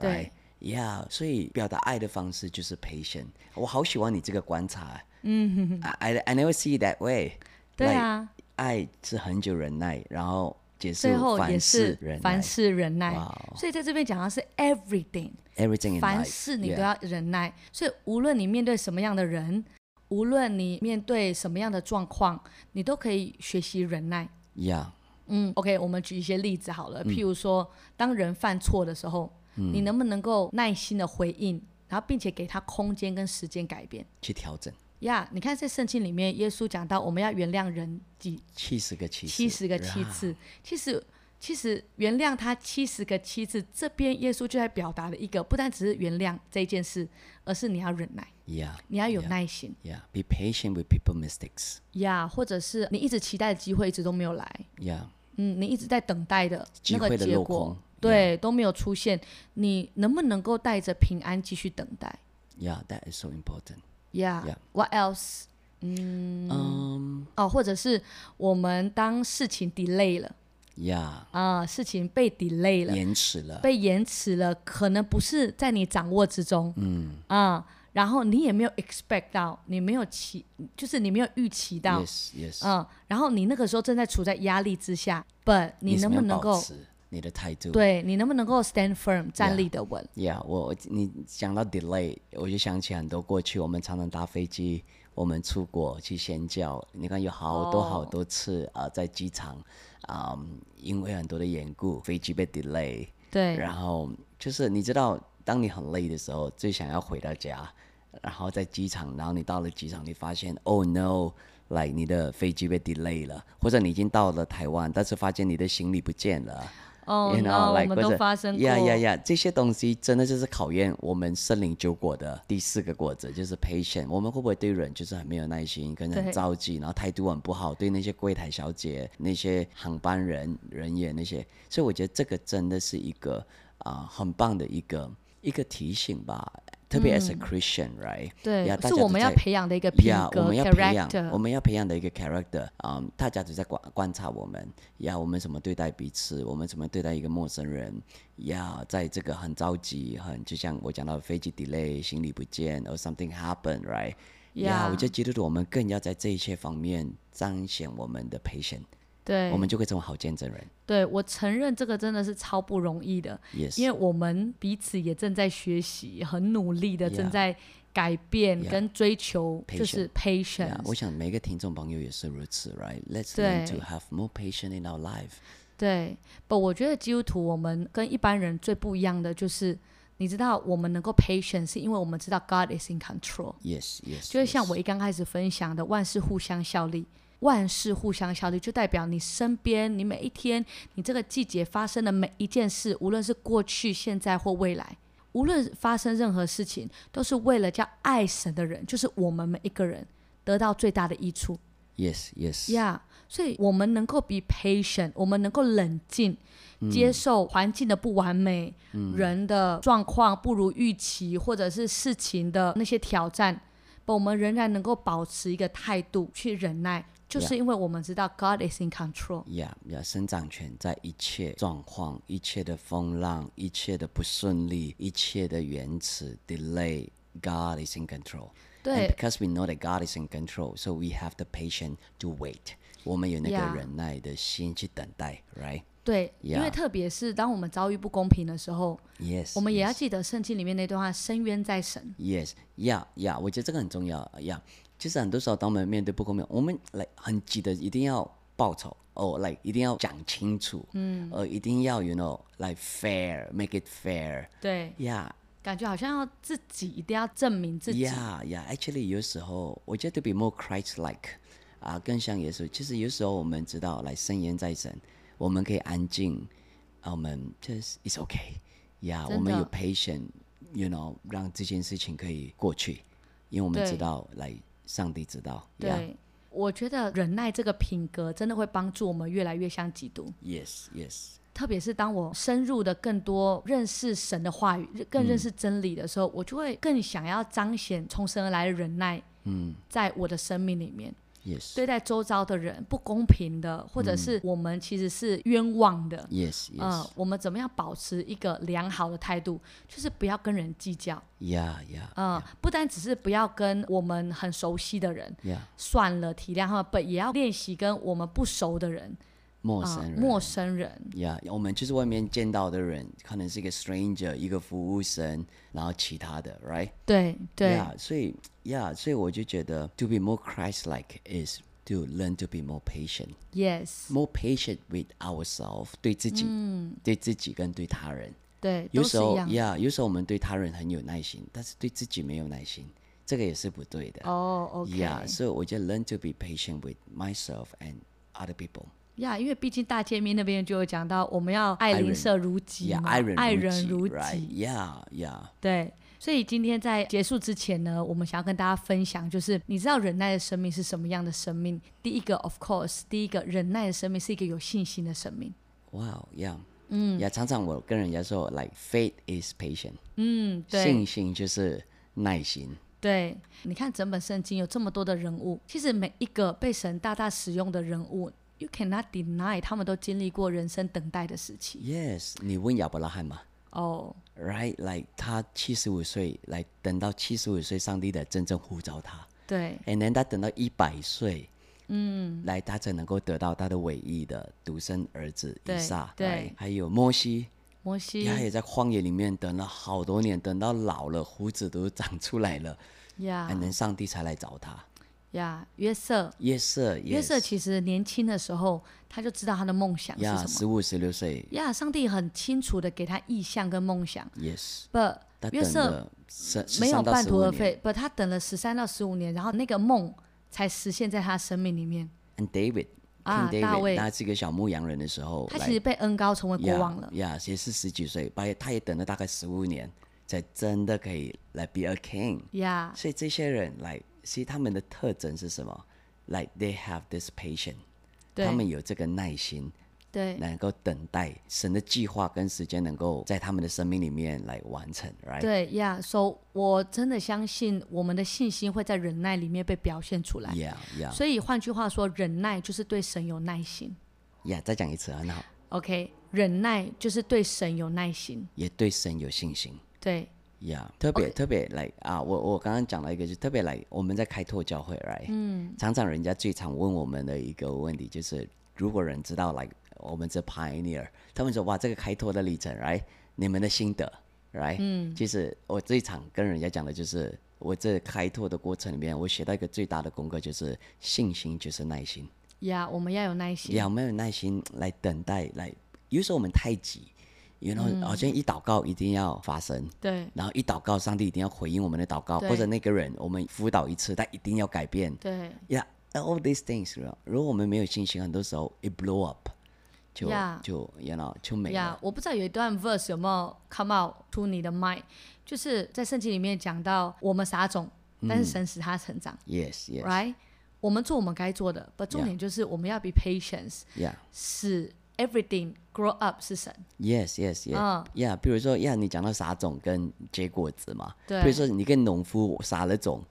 Speaker 3: 对
Speaker 2: Right? Yeah，所以表达爱的方式就是 patient。我好喜欢你这个观察。嗯，I I- I never see it that way。
Speaker 3: 对啊，
Speaker 2: 爱是很久忍耐，然后结束
Speaker 3: 最后也是
Speaker 2: 凡事忍耐
Speaker 3: 凡事忍耐
Speaker 2: 哇哦。
Speaker 3: 所以在这边讲的是 everything。
Speaker 2: everything in life。
Speaker 3: 凡事你都
Speaker 2: Yeah,
Speaker 3: 要忍耐。所以无论你面对什么样的人，无论你面对什么样的状况，你都可以学习忍耐。
Speaker 2: yeah
Speaker 3: 嗯，OK，我们举一些例子好了，
Speaker 2: 嗯
Speaker 3: 譬如说，当人犯错的时候，你能不能够耐心的回应，然后并且给他空间跟时间改变？
Speaker 2: 去调整
Speaker 3: 呀、你看在圣经里面，耶稣讲到我们要原谅人几
Speaker 2: 七十个啊七
Speaker 3: 七十个七次，其实其实原谅他七十个七次，这边耶稣就在表达了一个，不单只是原谅这一件事，而是你要忍耐，
Speaker 2: Yeah
Speaker 3: 你要有耐心
Speaker 2: yeah be patient with people mistakes.
Speaker 3: 呀或者是你一直期待的机会一直都没有来，
Speaker 2: Yeah
Speaker 3: 嗯，你一直在等待的
Speaker 2: 机
Speaker 3: 那
Speaker 2: 会
Speaker 3: 个
Speaker 2: 的
Speaker 3: 结
Speaker 2: 落
Speaker 3: 果
Speaker 2: 空，
Speaker 3: 对都没有出现，你能不能够带着平安继续等待
Speaker 2: yeah that is so important.
Speaker 3: 呀
Speaker 2: Yeah
Speaker 3: What else？嗯
Speaker 2: Um
Speaker 3: 哦，或者是我们当事情 delay 了
Speaker 2: yeah
Speaker 3: 啊、事情被 delay 了，
Speaker 2: 延迟了。
Speaker 3: 被延迟了，可能不是在你掌握之中，嗯啊、然后你也没有 expect 到，你没有期，就是你没有预期到，
Speaker 2: Yes yes.
Speaker 3: 嗯，然后你那个时候正在处在压力之下，but 你能
Speaker 2: 怎么
Speaker 3: 不
Speaker 2: 样
Speaker 3: 能
Speaker 2: 保
Speaker 3: 够，
Speaker 2: 持你的态度？
Speaker 3: 对你能不能够 stand firm 站立的稳
Speaker 2: ，Yeah，我我你讲到 delay，我就想起很多过去我们常常搭飞机，我们出国去宣教，你看有好多
Speaker 3: 哦
Speaker 2: 好多次啊、呃在机场啊、嗯因为很多的缘故，飞机被 delay，
Speaker 3: 对
Speaker 2: 然后就是你知道，当你很累的时候，最想要回到家，然后在机场，然后你到了机场，你发现 Oh no，来、你的飞机被 delay 了，或者你已经到了台湾，但是发现你的行李不见了。
Speaker 3: 哦
Speaker 2: you know,
Speaker 3: no，我
Speaker 2: like
Speaker 3: 们
Speaker 2: 或
Speaker 3: 都
Speaker 2: 者
Speaker 3: 发生过
Speaker 2: Yeah, yeah, yeah，这些东西真的就是考验我们森林酒果的第四个果子，就是 patient。我们会不会对人就是很没有耐心，可能
Speaker 3: 对
Speaker 2: 很着急，然后态度很不好，对那些柜台小姐、那些航班人、人员那些，所以我觉得这个真的是一个啊、很棒的一个一个提醒吧。特别 as a Christian，right？、
Speaker 3: 嗯对
Speaker 2: Yeah，大
Speaker 3: 是
Speaker 2: 家
Speaker 3: 我
Speaker 2: 都
Speaker 3: 们要
Speaker 2: 在
Speaker 3: 培养的一个品
Speaker 2: Yeah，我
Speaker 3: 格
Speaker 2: 们要培养，我
Speaker 3: character，
Speaker 2: 们要培养的一个 character，嗯、大家都在观观察我们，呀、我们怎么对待彼此，我们怎么对待一个陌生人，呀、在这个很着急，很就像我讲到飞机 delay，行李不见，or something happen，right？呀、
Speaker 3: Yeah
Speaker 2: 我觉得基督徒我们更要在这一些方面彰显我们的 patient，
Speaker 3: 对，
Speaker 2: 我们就会成为好见证人。
Speaker 3: 对我承认这个真的是超不容易的，
Speaker 2: Yes，
Speaker 3: 因为我们彼此也正在学习，很努力的
Speaker 2: Yeah
Speaker 3: 正在改变
Speaker 2: Yeah
Speaker 3: 跟追求，就是
Speaker 2: Yeah，我
Speaker 3: patience。
Speaker 2: 想每个听众朋友也是如此，right？Let's
Speaker 3: 对
Speaker 2: learn to have more patience in our life。
Speaker 3: 对，不，我觉得基督徒我们跟一般人最不一样的就是，你知道我们能够 patience，是因为我们知道 God is in control。
Speaker 2: Yes, yes。
Speaker 3: 就是像我一刚开始分享的，万事互相效力，万事互相效力，就代表你身边，你每一天，你这个季节发生的每一件事，无论是过去、现在或未来，无论发生任何事情，都是为了叫爱神的人，就是我们每一个人得到最大的益处。
Speaker 2: Yes, yes。
Speaker 3: Yeah，所以我们能够 be patient，我们能够冷静，
Speaker 2: 嗯
Speaker 3: 接受环境的不完美，人的状况不如预期，或者是事情的那些挑战，but 我们仍然能够保持一个态度去忍耐，就是因为我们知道 God is in control。
Speaker 2: Yeah, yeah，生长权在一切状况、一切的风浪、一切的不顺利、一切的延迟 delay。God is in control. And
Speaker 3: 对
Speaker 2: because we know that God is in control, so we have the patience to wait. 我们有那
Speaker 3: Yeah.
Speaker 2: 个忍耐的心去等待，right?
Speaker 3: 对因为
Speaker 2: Yeah
Speaker 3: 特别是当我们遭遇不公平的时候，
Speaker 2: Yes.
Speaker 3: 我们也
Speaker 2: yes.
Speaker 3: 要记得圣经里面那段话：深渊在神。
Speaker 2: Yes, yeah, yeah，我觉得这个很重要，yeah。其实很多时候，当我们面对不公平，我们来很记得一定要报仇哦，来、一定要讲清楚，嗯，呃，一定要 you know like fair，make it fair。
Speaker 3: 对，
Speaker 2: Yeah,
Speaker 3: 感觉好像要自己一定要证明自己。
Speaker 2: yeah, yeah. Actually，有时候我觉得 to be more Christ-like 啊，更像耶稣。其实有时候我们知道，来圣言在神，我们可以安静，啊，我们 just it's okay。Yeah，
Speaker 3: 真的
Speaker 2: 我们有 patient，you know，让这件事情可以过去，因为我们
Speaker 3: 对
Speaker 2: 知道，来上帝知道。
Speaker 3: 对。我觉得忍耐这个品格真的会帮助我们越来越像基督，
Speaker 2: Yeah，yes, yes。
Speaker 3: 特别是当我深入的更多认识神的话语，更认识真理的时候，我就会更想要彰显从神而来的忍耐。嗯，在我的生命里面，
Speaker 2: Yes,
Speaker 3: 对待周遭的人不公平的，或者是我们其实是冤枉的，
Speaker 2: 嗯 yes,
Speaker 3: 嗯、
Speaker 2: yes.
Speaker 3: 我们怎么样保持一个良好的态度，就是不要跟人计较，
Speaker 2: Yeah, yeah,
Speaker 3: 嗯、不单只是不要跟我们很熟悉的人，
Speaker 2: yeah.
Speaker 3: 算了，体谅他们，本也要练习跟我们不熟的人，
Speaker 2: 陌
Speaker 3: 啊
Speaker 2: 生人，
Speaker 3: 陌生人，
Speaker 2: 呀我们就是外面见到的人，可能是一个 stranger，一个服务生，然后其他的，right？
Speaker 3: 对对
Speaker 2: Yeah，所以，Yeah，所以我就觉得，to be more Christ-like is to learn to be more patient,
Speaker 3: ，yes，
Speaker 2: more patient with ourselves，对自己，对自己跟对他人。
Speaker 3: 对，
Speaker 2: 有
Speaker 3: 都是
Speaker 2: 时
Speaker 3: 一
Speaker 2: 候
Speaker 3: 样的。
Speaker 2: ，Yeah，有时候我们对他人很有耐心，但是对自己没有耐心，这个也是不对的。
Speaker 3: 哦，OK，呀
Speaker 2: Yeah，，所以我就 learn to be patient with myself and other people.
Speaker 3: 因为毕竟大界面那边就有讲到，我们要爱
Speaker 2: 爱
Speaker 3: 邻
Speaker 2: 人
Speaker 3: 舍如己
Speaker 2: Yeah，
Speaker 3: 嘛
Speaker 2: 爱人
Speaker 3: 爱人如
Speaker 2: 如
Speaker 3: 己，
Speaker 2: ，right? Yeah, yeah.
Speaker 3: 对。所以今天在结束之前呢，我们想要跟大家分享，就是你知道忍耐的生命是什么样的生命？第一个，of course，第一个忍耐的生命是一个有信心的生命。
Speaker 2: 哇、wow,，Yeah，嗯，也常常我跟人家说，like faith is patient，
Speaker 3: 嗯，对。
Speaker 2: 信心就是耐心。
Speaker 3: 对，你看整本圣经有这么多的人物，其实每一个被神大大使用的人物，you cannot deny，他们都经历过人生等待的时期。
Speaker 2: Yes，你问亚伯拉罕嘛
Speaker 3: 哦、
Speaker 2: ，right？Like 他七十五岁，来等到七十五岁，上帝的真正呼召他
Speaker 3: 对
Speaker 2: ，and then 他等到一百岁，嗯，来他才能够得到他的唯一的独生儿子
Speaker 3: 对
Speaker 2: 以撒，
Speaker 3: 对嗯
Speaker 2: right？还有摩西。
Speaker 3: 摩西
Speaker 2: 他也在旷野里面等了好多年，等到老了，胡子都长出来了，
Speaker 3: 呀
Speaker 2: 还能上帝才来找他。
Speaker 3: 呀，约瑟，
Speaker 2: 约瑟，
Speaker 3: 约瑟其实年轻的时候他就知道他的梦想是
Speaker 2: 呀，
Speaker 3: 什
Speaker 2: 十
Speaker 3: 么。
Speaker 2: 五十六岁
Speaker 3: 呀上帝很清楚的给他意向跟梦想
Speaker 2: ，yes，
Speaker 3: ，but
Speaker 2: 他
Speaker 3: 约
Speaker 2: 等
Speaker 3: 瑟
Speaker 2: 了十
Speaker 3: 没有半途而。
Speaker 2: 13到15年
Speaker 3: 废，but 他等了十三到十五年，然后那个梦才实现在他生命里面。
Speaker 2: And David，
Speaker 3: 啊
Speaker 2: King
Speaker 3: 大卫
Speaker 2: David，他是一个小牧羊人的时候，
Speaker 3: 他其实被恩高成为国王了。
Speaker 2: 呀，也是十几岁，把他也等了大概十五年，才真的可以来 be a king。
Speaker 3: 呀
Speaker 2: 所以这些人来，其实他们的特征是什么？Like they have this patience，
Speaker 3: 对
Speaker 2: 他们有这个耐心，
Speaker 3: 对
Speaker 2: 能够等待神的计划跟时间能够在他们的生命里面来完成，right？
Speaker 3: 对呀，所、以我真的相信我们的信心会在忍耐里面被表现出来。
Speaker 2: Yeah, yeah,
Speaker 3: 所以换句话说，忍耐就是对神有耐心。
Speaker 2: yeah！再讲一次，啊很好，
Speaker 3: OK，忍耐就是对神有耐心。
Speaker 2: 也对神有信心。
Speaker 3: 对
Speaker 2: Yeah，特别特别来啊，我我刚刚讲了一个，就特别来我们在开拓教会，right？嗯，常常人家最常问我们的一个问题就是如果人知道来我们这 pioneer，他们说哇这个开拓的历程来你们的心得来，嗯，其实我这一场跟人家讲的就是我这开拓的过程里面，我学到一个最大的功课就是信心就是耐心。
Speaker 3: 呀，我们要有耐心。
Speaker 2: 有没有耐心来等待？来，有时候我们太急，you know，好像一祷告一定要发生，
Speaker 3: 对
Speaker 2: 然后一祷告，上帝一定要回应我们的祷告，
Speaker 3: 对
Speaker 2: 或者那个人我们辅导一次，他一定要改变。
Speaker 3: 对
Speaker 2: Yeah，all these things，you know，如果我们没有信心，很多时候 it blow up，就
Speaker 3: Yeah
Speaker 2: 就 you know 就没了。
Speaker 3: 呀我不知道有一段 verse 有没有 come out to 你的 mind，就是在圣经里面讲到我们撒种，但是神使它成长、
Speaker 2: Yes, 嗯 yes,
Speaker 3: r i g h t 我们做我们该做的，但重点就是我们要 be patience，
Speaker 2: yeah.
Speaker 3: 使 everything grow up 是神。
Speaker 2: Yes, yes, yeah,
Speaker 3: 嗯
Speaker 2: yeah。比如说，呀，你讲到撒种跟结果子嘛，
Speaker 3: 对
Speaker 2: 比如说你跟农夫撒了种，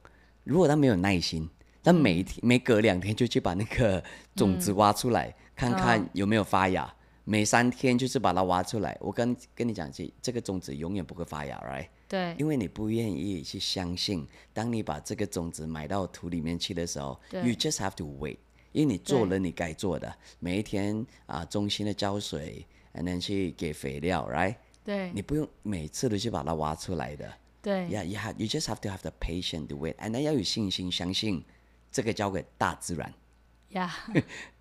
Speaker 2: 如果他没有耐心，他每
Speaker 3: 嗯
Speaker 2: 一天、每隔两天就去把那个种子挖
Speaker 3: 嗯
Speaker 2: 出来，看看有没有发芽，每三天就是把它挖出来。我跟跟你讲，这这个种子永远不会发芽，right？
Speaker 3: 对
Speaker 2: 因为你不愿意去相信，当你把这个种子埋到土里面去的时候
Speaker 3: 对
Speaker 2: ，you just have to wait，因为你做
Speaker 3: 对
Speaker 2: 了你该做的，每一天啊，衷心的浇水，and then 去给肥料，right？
Speaker 3: 对
Speaker 2: 你不用每次都去把它挖出来的
Speaker 3: 对
Speaker 2: ，yeah，you have you just have to have the patience to wait，and then 要有信心，相信这个交给大自然， [LAUGHS]
Speaker 3: 呀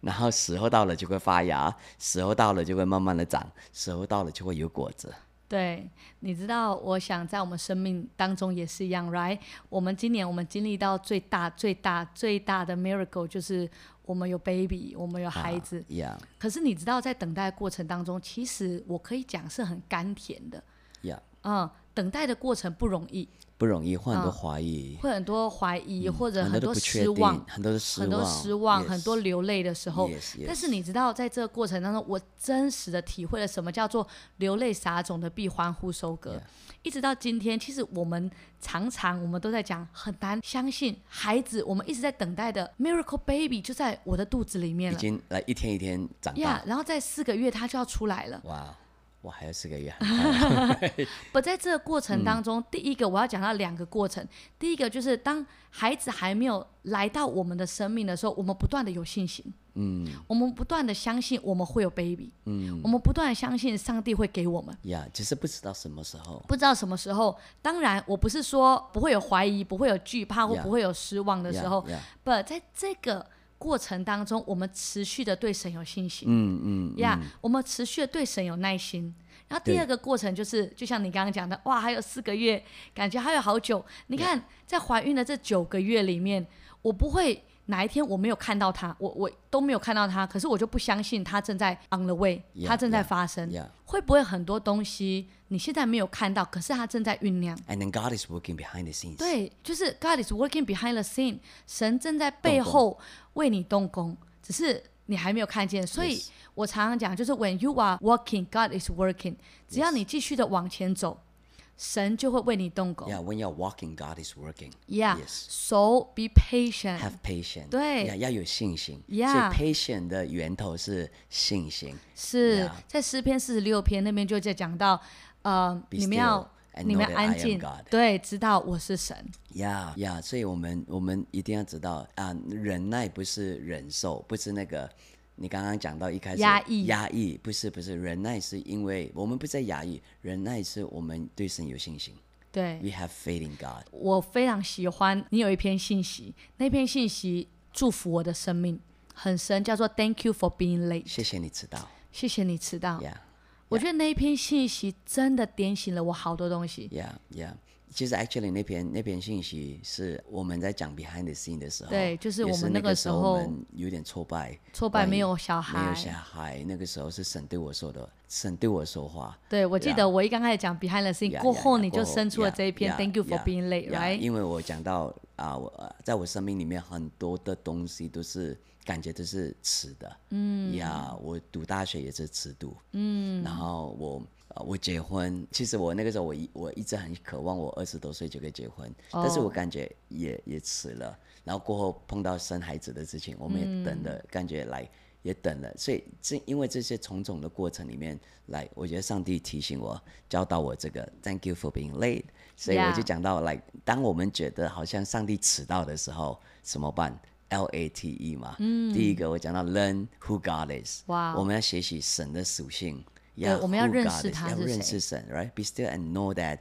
Speaker 2: 然后时候到了就会发芽，时候到了就会慢慢的长，时候到了就会有果子。
Speaker 3: [LAUGHS] 对，你知道，我想在我们生命当中也是一样，right？我们今年我们经历到最大、最大、最大的 miracle 就是我们有 baby，我们
Speaker 2: 啊
Speaker 3: 有孩子。
Speaker 2: ，yeah，yeah。
Speaker 3: 可是你知道，在等待的过程当中，其实我可以讲是很甘甜的，嗯，等待的过程不容易，
Speaker 2: 不容易，
Speaker 3: 嗯
Speaker 2: 会很多怀疑，
Speaker 3: 会很多怀疑、或者
Speaker 2: 嗯
Speaker 3: 很
Speaker 2: 很多
Speaker 3: 多
Speaker 2: 的不确
Speaker 3: 失
Speaker 2: 定
Speaker 3: 望，，
Speaker 2: 很多的失
Speaker 3: 很
Speaker 2: 望，
Speaker 3: 多失望，
Speaker 2: yes，
Speaker 3: 很多流泪的时候。
Speaker 2: Yes, yes
Speaker 3: 但是你知道，在这个过程当中，我真实的体会了什么叫做流泪撒种的必欢呼收割。一直到今天，其实我们常常我们都在讲很难相信孩子，我们一直在等待的 miracle baby 就在我的肚子里面
Speaker 2: 已
Speaker 3: 了
Speaker 2: 经来一天一天长
Speaker 3: 呀
Speaker 2: 大。
Speaker 3: 然后在四个月他就要出来了。
Speaker 2: 哇，我还有四个月，
Speaker 3: 不在这个过程
Speaker 2: 嗯
Speaker 3: 当中，第一个我要讲到两个过程。第一个就是当孩子还没有来到我们的生命的时候，我们不断的有信心，嗯，我们不断的相信我们会有 baby，嗯，我们不断的相信上帝会给我们。
Speaker 2: 呀，只是不知道什么时候。
Speaker 3: 不知道什么时候，当然我不是说不会有怀疑、不会有惧怕或
Speaker 2: Yeah.
Speaker 3: 不会有失望的时候
Speaker 2: Yeah, yeah.
Speaker 3: 不在这个过程当中，我们持续的对神有信心，
Speaker 2: 嗯嗯，
Speaker 3: 呀我们持续的对神有耐心。然后第
Speaker 2: 对
Speaker 3: 二个过程就是，就像你刚刚讲的，哇，还有四个月，感觉还有好久。你看在怀孕的这九个月里面，我不会哪一天我没有看到他，我我都没有看到他，可是我就不相信他正在 on the way，
Speaker 2: Yeah,
Speaker 3: 他正在发生。
Speaker 2: Yeah.
Speaker 3: 会不会很多东西你现在没有看到，可是它正在酝酿？
Speaker 2: And then God is working behind the scenes。
Speaker 3: 对，就是 God is working behind the scene，神正在背后为你动工，只是你还没有看见。所以
Speaker 2: Yes
Speaker 3: 我常常讲，就是 When you are walking, God is working。只要你继续的往前走，神就会为你动工。
Speaker 2: Yeah, when you're walking, God is working.
Speaker 3: Yeah,
Speaker 2: Yes.
Speaker 3: so be patient.
Speaker 2: Have patience，
Speaker 3: 对
Speaker 2: 呀要有信心。
Speaker 3: Yeah
Speaker 2: 所以 patience 的源头是信心。
Speaker 3: 是
Speaker 2: Yeah
Speaker 3: 在诗篇四十六篇那边就在讲到，呃，
Speaker 2: Be
Speaker 3: 你们要
Speaker 2: still and
Speaker 3: 你们
Speaker 2: know that
Speaker 3: 要
Speaker 2: I am
Speaker 3: 安静
Speaker 2: God，
Speaker 3: 对，知道我是神。
Speaker 2: 呀呀，所以我们我们一定要知道啊、忍耐不是忍受，不是那个你刚刚讲到一开始
Speaker 3: 压抑
Speaker 2: 压抑不是不是，忍耐是因为我们不在压抑，忍耐是我们对神有信心
Speaker 3: 对，
Speaker 2: ，We have faith in God。
Speaker 3: 我非常喜欢你有一篇信息，那篇信息祝福我的生命很深，叫做 “Thank you for being late”，
Speaker 2: 谢谢你知道
Speaker 3: 谢谢你迟到。
Speaker 2: ，Yeah
Speaker 3: 我觉得那一篇信息真的点醒了我好多东西。
Speaker 2: Yeah Yeah。其实 actually 那篇那篇信息是我们在讲 behind the scene 的时候，
Speaker 3: 对就是
Speaker 2: 也
Speaker 3: 我们
Speaker 2: 那
Speaker 3: 那个
Speaker 2: 时
Speaker 3: 时
Speaker 2: 我
Speaker 3: 候
Speaker 2: 们有点挫败，
Speaker 3: 挫败
Speaker 2: 万一
Speaker 3: 没有小孩
Speaker 2: 没有小孩，那个时候是神对我说的，神对我说话，
Speaker 3: 对，我记
Speaker 2: Yeah
Speaker 3: 得我一刚开始讲 “behind the scene”，
Speaker 2: Yeah,
Speaker 3: 过
Speaker 2: yeah,
Speaker 3: 后
Speaker 2: yeah,
Speaker 3: 你就
Speaker 2: 过后
Speaker 3: 生出了
Speaker 2: yeah,
Speaker 3: 这一篇
Speaker 2: yeah,
Speaker 3: “Thank you for
Speaker 2: yeah,
Speaker 3: being late”，
Speaker 2: yeah，
Speaker 3: right？
Speaker 2: 因为我讲到啊，我呃在我生命里面很多的东西都是感觉都是迟的，嗯，呀，我读大学也是迟读，嗯，然后我。呃我结婚，其实我那个时候我一我一直很渴望我二十多岁就可以结婚但是我感觉也也迟了。然后过后碰到生孩子的事情，我们也等了，感觉来也等了。所以这因为这些种种的过程里面，来，我觉得上帝提醒我，教导我这个 “Thank you for being late”。所以我
Speaker 3: Yeah
Speaker 2: 就讲到，来，当我们觉得好像上帝迟到的时候，怎么办？ L A T E 嘛，第一个我讲到 learn who God is，
Speaker 3: 哇
Speaker 2: 我们要学习神的属性，
Speaker 3: 对我们
Speaker 2: who
Speaker 3: 要认
Speaker 2: God
Speaker 3: 识
Speaker 2: is，
Speaker 3: 他
Speaker 2: 要
Speaker 3: 是
Speaker 2: 认
Speaker 3: 谁
Speaker 2: 识神，right？Be still and know that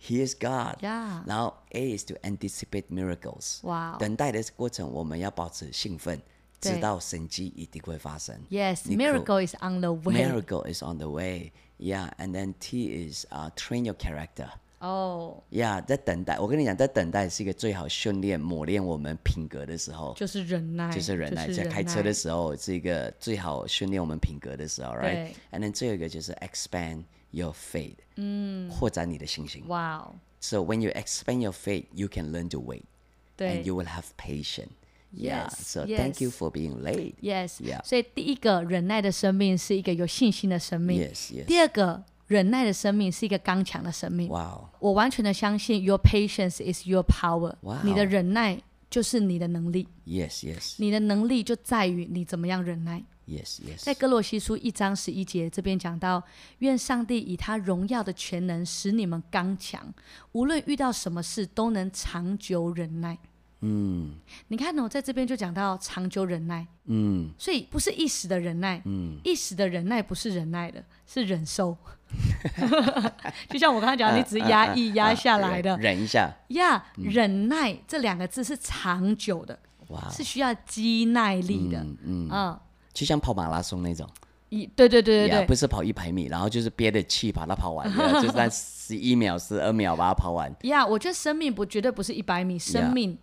Speaker 2: He is God。
Speaker 3: Yeah
Speaker 2: 然后 A is to anticipate miracles。
Speaker 3: 哇
Speaker 2: 等待的过程，我们要保持兴奋，
Speaker 3: 对
Speaker 2: 知道神迹一定会发生。
Speaker 3: Yes,
Speaker 2: 你可
Speaker 3: miracle is on the way.
Speaker 2: Miracle is on the way. Yeah, and then T is uh, train your character.
Speaker 3: 哦
Speaker 2: Yeah，在等待。我跟你讲，在等待是一个最好训练、磨练我们品格的时候，
Speaker 3: 就是忍耐，
Speaker 2: 就是忍耐。在开车的时候是一个最好训练我们品格的时候，right？
Speaker 3: 对
Speaker 2: And then 最后一个就是 expand your faith，嗯，扩展你的信心。
Speaker 3: 哇哦，
Speaker 2: So when you expand your faith, you can learn to wait,
Speaker 3: 对
Speaker 2: and you will have patience. Yeah.
Speaker 3: Yes,
Speaker 2: So thank you
Speaker 3: yes.
Speaker 2: for being late.
Speaker 3: Yes，、
Speaker 2: Yeah.
Speaker 3: 所以第一个忍耐的生命是一个有信心的生命
Speaker 2: Yes, yes.
Speaker 3: 第二个忍耐的生命是一个刚强的生命。
Speaker 2: Wow.
Speaker 3: 我完全的相信，Your patience is your power。
Speaker 2: 哇哦
Speaker 3: 你的忍耐就是你的能力，
Speaker 2: Yes, yes,
Speaker 3: 你的能力就在于你怎么样忍耐。
Speaker 2: yes, yes.
Speaker 3: 在哥罗西书一章十一节这边讲到，愿上帝以他荣耀的全能使你们刚强，无论遇到什么事都能长久忍耐。
Speaker 2: 嗯
Speaker 3: 你看呢、哦，在这边就讲到长久忍耐，
Speaker 2: 嗯
Speaker 3: 所以不是一时的忍耐，
Speaker 2: 嗯，
Speaker 3: 一时的忍耐不是忍耐的，是忍受。就像我刚才讲，你只是压抑压下来的，
Speaker 2: 啊忍一下。
Speaker 3: 呀、忍耐这两个字是长久的，
Speaker 2: 哇，
Speaker 3: 是需要肌耐力的，
Speaker 2: 嗯嗯，
Speaker 3: 嗯，
Speaker 2: 就像跑马拉松那种，
Speaker 3: 一、对对对
Speaker 2: 呀
Speaker 3: 对
Speaker 2: 不
Speaker 3: 对，
Speaker 2: 是跑一百米，然后就是憋着气把它
Speaker 3: [LAUGHS]
Speaker 2: 跑完，呀就是那十一秒、十二秒把它跑完。
Speaker 3: 呀、我觉得生命不绝对不是一百米，生命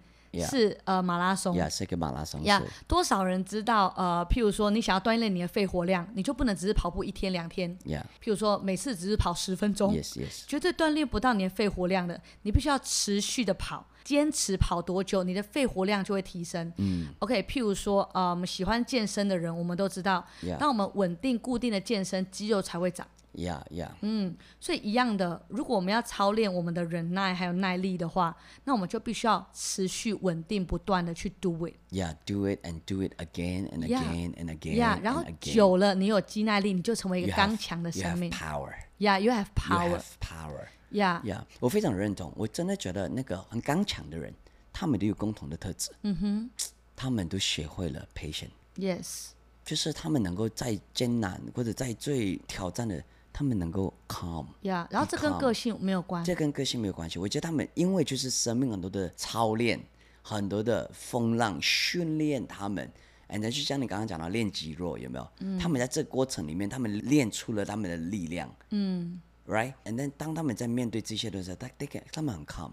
Speaker 3: 是呃马拉松。
Speaker 2: 呀，是个马拉松
Speaker 3: 呀
Speaker 2: 是，
Speaker 3: 多少人知道？呃，譬如说，你想要锻炼你的肺活量，你就不能只是跑步一天两天。
Speaker 2: 呀
Speaker 3: 譬如说，每次只是跑十分钟，
Speaker 2: ，yes yes，
Speaker 3: 绝对锻炼不到你的肺活量的，你必须要持续的跑，坚持跑多久，你的肺活量就会提升。嗯，OK，譬如说，呃，我们喜欢健身的人，我们都知道，
Speaker 2: Yeah
Speaker 3: 当我们稳定固定的健身，肌肉才会长。
Speaker 2: 呀呀，
Speaker 3: 嗯所以一样的，如果我们要操练我们的忍耐还有耐力的话，那我们就必须要持续稳定不断的去 do it。
Speaker 2: 呀，do it and do it again and
Speaker 3: Yeah
Speaker 2: again and again
Speaker 3: 呀、然后
Speaker 2: and again。
Speaker 3: 久了，你有肌耐力，你就成为一
Speaker 2: You
Speaker 3: 个
Speaker 2: have-
Speaker 3: 刚强的
Speaker 2: you
Speaker 3: 生
Speaker 2: have
Speaker 3: 命。
Speaker 2: power,
Speaker 3: Yeah，you have
Speaker 2: you
Speaker 3: power
Speaker 2: have。power.
Speaker 3: Yeah，
Speaker 2: 呀我非常认同，我真的觉得那个很刚强的人，他们都有共同的特质。嗯哼，他们都学会了 patient，
Speaker 3: yes，
Speaker 2: 就是他们能够在艰难或者在最挑战的，他们能够 calm。
Speaker 3: yeah，然后这跟
Speaker 2: Become
Speaker 3: 个性没有关。
Speaker 2: 这跟个性没有关系，我觉得他们因为就是生命很多的操练，很多的风浪训练他们。And then 就像你刚刚讲到练肌肉，有没有？他们在这过程里面，他们练出了他们的力量。嗯，right？And then 当他们在面对这些的时候，他 they can, 他们很 calm。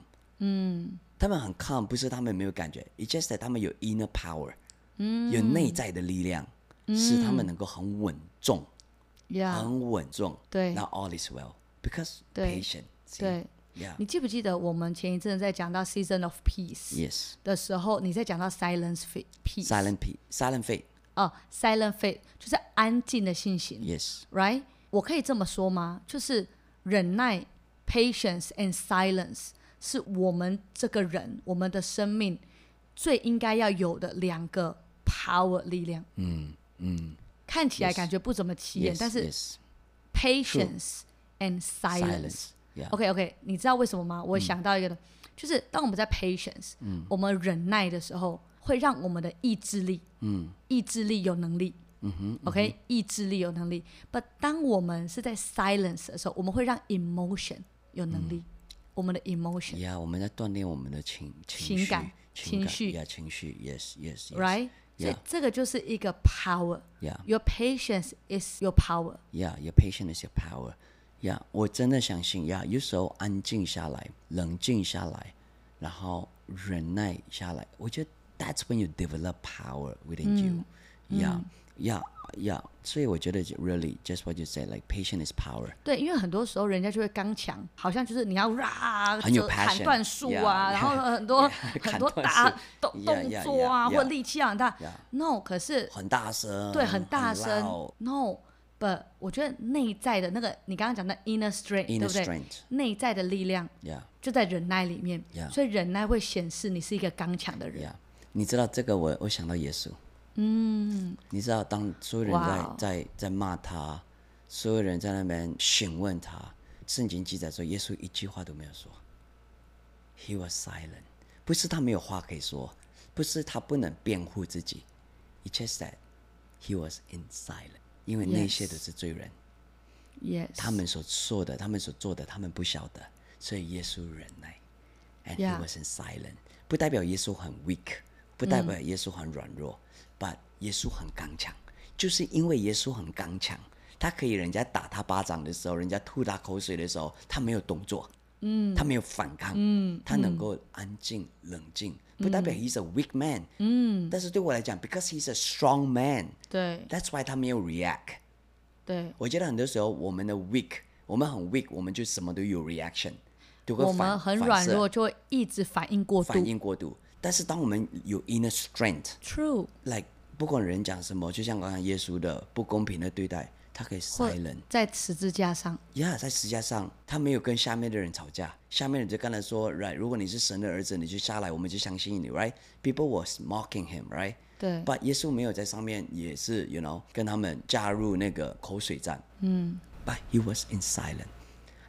Speaker 2: 他们很 calm，不是他们没有感觉，it's just that 他们有 inner power，、有内在的力量，使他们能够很稳重，
Speaker 3: Yeah，
Speaker 2: 很稳重。
Speaker 3: 啊对
Speaker 2: 那 all is well because
Speaker 3: 对
Speaker 2: patient。
Speaker 3: 对，
Speaker 2: ，yeah，
Speaker 3: 你记不记得我们前一阵在讲到 season of peace
Speaker 2: Yes.
Speaker 3: 的时候，你在讲到 silence fe- peace
Speaker 2: Silent P. Silent Fate.
Speaker 3: 哦，silent faith 就是安静的信心
Speaker 2: Yes.
Speaker 3: right？我可以这么说吗？就是忍耐 patience and silence 是我们这个人我们的生命最应该要有的两个 power 力量。嗯嗯，看起来
Speaker 2: Yes.
Speaker 3: 感觉不怎么起眼
Speaker 2: Yes.
Speaker 3: 但是
Speaker 2: yes.
Speaker 3: patience and silence 嗯
Speaker 2: Silence. Yeah.
Speaker 3: OK OK，你知道为什么吗？我想到一个的，就是当我们在 patience，、我们忍耐的时候，会让我们的意志力，嗯，意志力有能力。嗯哼，OK，意志力有能力，but 当我们是在 silence 的时候，我们会让 emotion 有能力，我们的 emotion，right？
Speaker 2: Yeah. 我们在锻炼我们的情情
Speaker 3: 情
Speaker 2: 绪
Speaker 3: 感情
Speaker 2: 情
Speaker 3: 绪
Speaker 2: Yeah. 情绪。Yes. Yes. yes.
Speaker 3: 所以
Speaker 2: Yeah.
Speaker 3: 这个就是一个 power。
Speaker 2: Yeah.
Speaker 3: Your patience is your power。
Speaker 2: Yeah. Your patience is your power. Yeah. 我真的相信。Yeah. 有时候安静下来，冷静下来，然后忍耐下来，我觉得 that's when you develop power within you.
Speaker 3: 嗯
Speaker 2: Yeah. Yeah. Yeah. 所以我觉得 really just what you said, like patience is power.
Speaker 3: 对，因为很多时候人家就会刚强，好像就是你要啊，
Speaker 2: 很有
Speaker 3: 折
Speaker 2: passion，
Speaker 3: 砍断树
Speaker 2: yeah，
Speaker 3: 啊，然后
Speaker 2: yeah，
Speaker 3: 很多
Speaker 2: yeah，
Speaker 3: 很多
Speaker 2: 砍断
Speaker 3: 大
Speaker 2: 树
Speaker 3: 动
Speaker 2: yeah，
Speaker 3: 动
Speaker 2: yeah，
Speaker 3: 作啊，
Speaker 2: yeah，
Speaker 3: 或
Speaker 2: yeah
Speaker 3: 力气啊很大
Speaker 2: Yeah。
Speaker 3: No，可是
Speaker 2: 很大声，
Speaker 3: 对很大声
Speaker 2: loud
Speaker 3: ，No。But 我觉得内在的那个，你刚刚讲的 inner strength，对
Speaker 2: Inner
Speaker 3: 不对
Speaker 2: strength？
Speaker 3: 内在的力量
Speaker 2: Yeah,
Speaker 3: 就在忍耐里面
Speaker 2: Yeah
Speaker 3: 所以忍耐会显示你是一个刚强的人。
Speaker 2: yeah。你知道这个我，我想到耶稣。嗯。你知道，当所有人在、
Speaker 3: 哇哦
Speaker 2: 在在骂他，所有人在那边询问他，圣经记载说，耶稣一句话都没有说。He was silent，不是他没有话可以说，不是他不能辩护自己，It's just that he was in silence，因为那些
Speaker 3: Yes.
Speaker 2: 都是罪人。
Speaker 3: Yes，
Speaker 2: 他们所说的，他们所做的，他们不晓得，所以耶稣忍耐，and he
Speaker 3: Yeah.
Speaker 2: was in silent，不代表耶稣很 weak，不代表耶稣很软弱、b u t 耶稣很刚强，就是因为耶稣很刚强，他可以人家打他巴掌的时候，人家吐他口水的时候，他没有动作，嗯，他没有反抗，嗯，他能够安静冷静，不代表 he's a weak man，嗯，但是对我来讲，because he's a strong
Speaker 3: 对
Speaker 2: man，that's why 他没有 react。
Speaker 3: 对，
Speaker 2: 我觉得很多时候我们的 weak，我们很 weak，我们就什么都有 reaction，都会
Speaker 3: 我
Speaker 2: 反
Speaker 3: 们很
Speaker 2: 反
Speaker 3: 软
Speaker 2: 射
Speaker 3: 弱，就会一直反应过度
Speaker 2: 反。应过度。但是当我们有 inner strength，like
Speaker 3: True，
Speaker 2: 不管人讲什么，就像刚才耶稣的不公平的对待，他可以
Speaker 3: 或
Speaker 2: silent。
Speaker 3: 在十字架上，
Speaker 2: 呀在实际上他没有跟下面的人吵架，下面人就跟他说，right，如果你是神的儿子，你就下来，我们就相信你，right？People was mocking him，right？
Speaker 3: 对
Speaker 2: But 耶稣没有在上面，也是 you know 跟他们加入那个口水战。嗯。But he was in silent,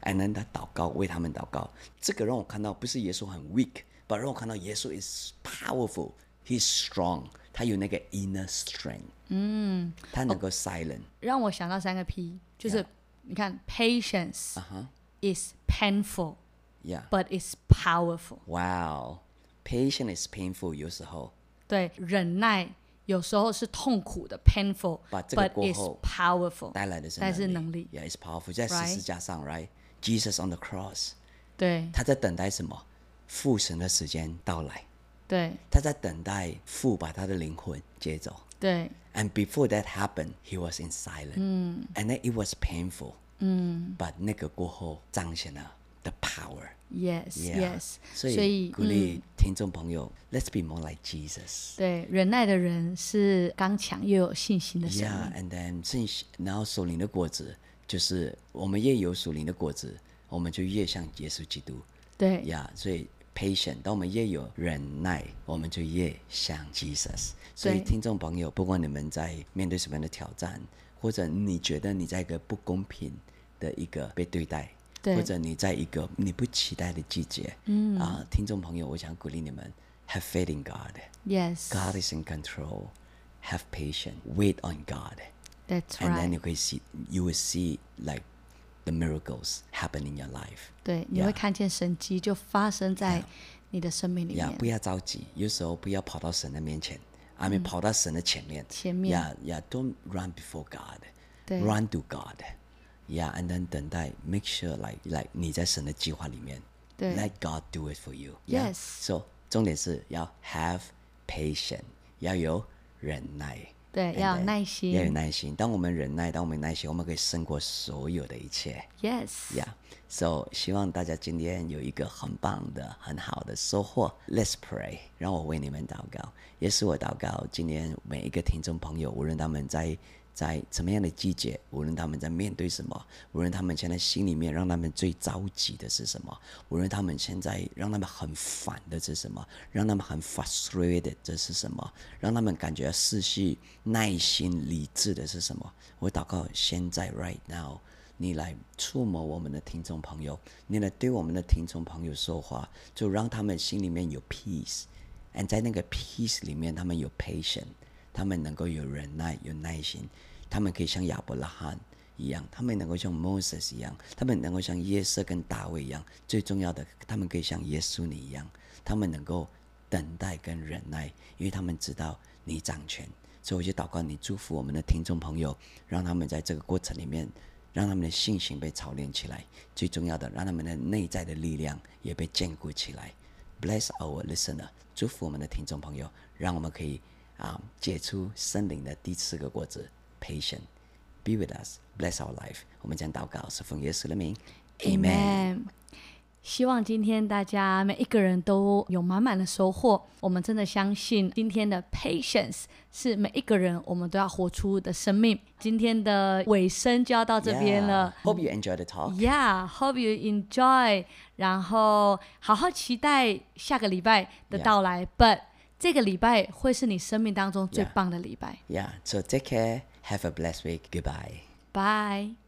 Speaker 2: and then 他祷告，为他们祷告。这个让我看到，不是耶稣很 weak，but 让我看到耶稣 is powerful, he's strong，他有那个 inner strength。嗯。他能够 silent。
Speaker 3: 让我想到三个 P，就是你看，patience
Speaker 2: 啊哈
Speaker 3: is painful
Speaker 2: ，Yeah.
Speaker 3: but is powerful。
Speaker 2: Wow. Patience is painful，有时候。
Speaker 3: 对，忍耐有时候是痛苦的，painful
Speaker 2: 把这个
Speaker 3: but
Speaker 2: 过
Speaker 3: is
Speaker 2: 后
Speaker 3: powerful。
Speaker 2: 带来的是
Speaker 3: 但是
Speaker 2: 能
Speaker 3: 能力
Speaker 2: Yeah, it's powerful. 在十字
Speaker 3: Right.
Speaker 2: 架上，right？Jesus on the cross，
Speaker 3: 对
Speaker 2: 他在等待什么？父神的时间到来。
Speaker 3: 对
Speaker 2: 他在等待父把他的灵魂接走。
Speaker 3: 对
Speaker 2: And before that happened, he was in silence. And then it was painful. 嗯。But 那个过后彰显了 the power.
Speaker 3: ，yes
Speaker 2: Yeah.
Speaker 3: yes。
Speaker 2: 所以鼓
Speaker 3: 嗯，
Speaker 2: 励听众朋友、l e t s be more like Jesus.
Speaker 3: 对，忍耐的人是刚强又有信心的生
Speaker 2: Yeah,
Speaker 3: 命。
Speaker 2: and then 信息，然后属灵的果子就是我们越有属灵的果子，我们就越像耶稣基督。
Speaker 3: 对
Speaker 2: 呀所以 patient，当我们越有忍耐，我们就越像 Jesus。所以
Speaker 3: 对
Speaker 2: 听众朋友，不管你们在面对什么样的挑战，或者你觉得你在一个不公平的一个被对待。
Speaker 3: 对
Speaker 2: 或者你在一个你不期待的季节，嗯啊、听众朋友，我想鼓励你们，Have faith in God。
Speaker 3: ，yes，that's
Speaker 2: God is in control. Have patience. Wait on God, and then
Speaker 3: right。
Speaker 2: you can see you will see like the miracles happen in your life.
Speaker 3: 对，你
Speaker 2: Yeah
Speaker 3: 会看见神迹就发生在你的生命里
Speaker 2: 呀
Speaker 3: 面。
Speaker 2: 不要着急，有时候不要跑到神的面前，I mean 跑到神的前面。
Speaker 3: 嗯前面
Speaker 2: 呀呀，Don't run before God，
Speaker 3: 对
Speaker 2: run to God。呀，and then 等待，make sure like like 你在神的计划里面。
Speaker 3: 对
Speaker 2: ，Let God do it for you。
Speaker 3: Yes
Speaker 2: So 重点是要 have patience，要有忍耐。
Speaker 3: 对
Speaker 2: and
Speaker 3: 要有
Speaker 2: then
Speaker 3: 耐心
Speaker 2: 要有耐心。当我们忍耐，当我们有耐心，我们可以胜过所有的一切。
Speaker 3: yes，
Speaker 2: Yeah. So 希望大家今天有一个很棒的、很好的收获。Let's pray，让我为你们祷告，也是我祷告。今天每一个听众朋友，无论他们在在怎么样的季节，无论他们在面对什么，无论他们现在心里面让他们最着急的是什么，无论他们现在让他们很烦的是什么，让他们很 frustrated 这是什么，让他们感觉失去耐心、理智的是什么？我祷告，现在 right now。你来触摸我们的听众朋友，你来对我们的听众朋友说话，就让他们心里面有 peace，and 在那个 peace 里面，他们有 patience，他们能够有忍耐、有耐心，他们可以像亚伯拉罕一样，他们能够像 Moses 一样，他们能够像约瑟跟大卫一样，最重要的，他们可以像耶稣你一样，他们能够等待跟忍耐，因为他们知道你掌权。所以我就祷告你祝福我们的听众朋友，让他们在这个过程里面，让他们的信心被操练起来。最重要的，让他们的内在的力量也被坚固起来。Bless our listener，祝福我们的听众朋友，让我们可以啊、解出森林的第四个果子 patient。Be with us, bless our life。我们将祷告是奉耶稣的名
Speaker 3: Amen。希望今天大家每一个人都有满满的收获。我们真的相信今天的 patience 是每一个人我们都要活出的生命。今天的尾声就要到这边了。
Speaker 2: Yeah. Hope you enjoyed the talk.
Speaker 3: Yeah, hope you enjoy。然后好好期待下个礼拜的
Speaker 2: Yeah.
Speaker 3: 到来。But 这个礼拜会是你生命当中最
Speaker 2: Yeah.
Speaker 3: 棒的礼拜。
Speaker 2: Yeah. So take care. Have a blessed week. Goodbye.
Speaker 3: Bye.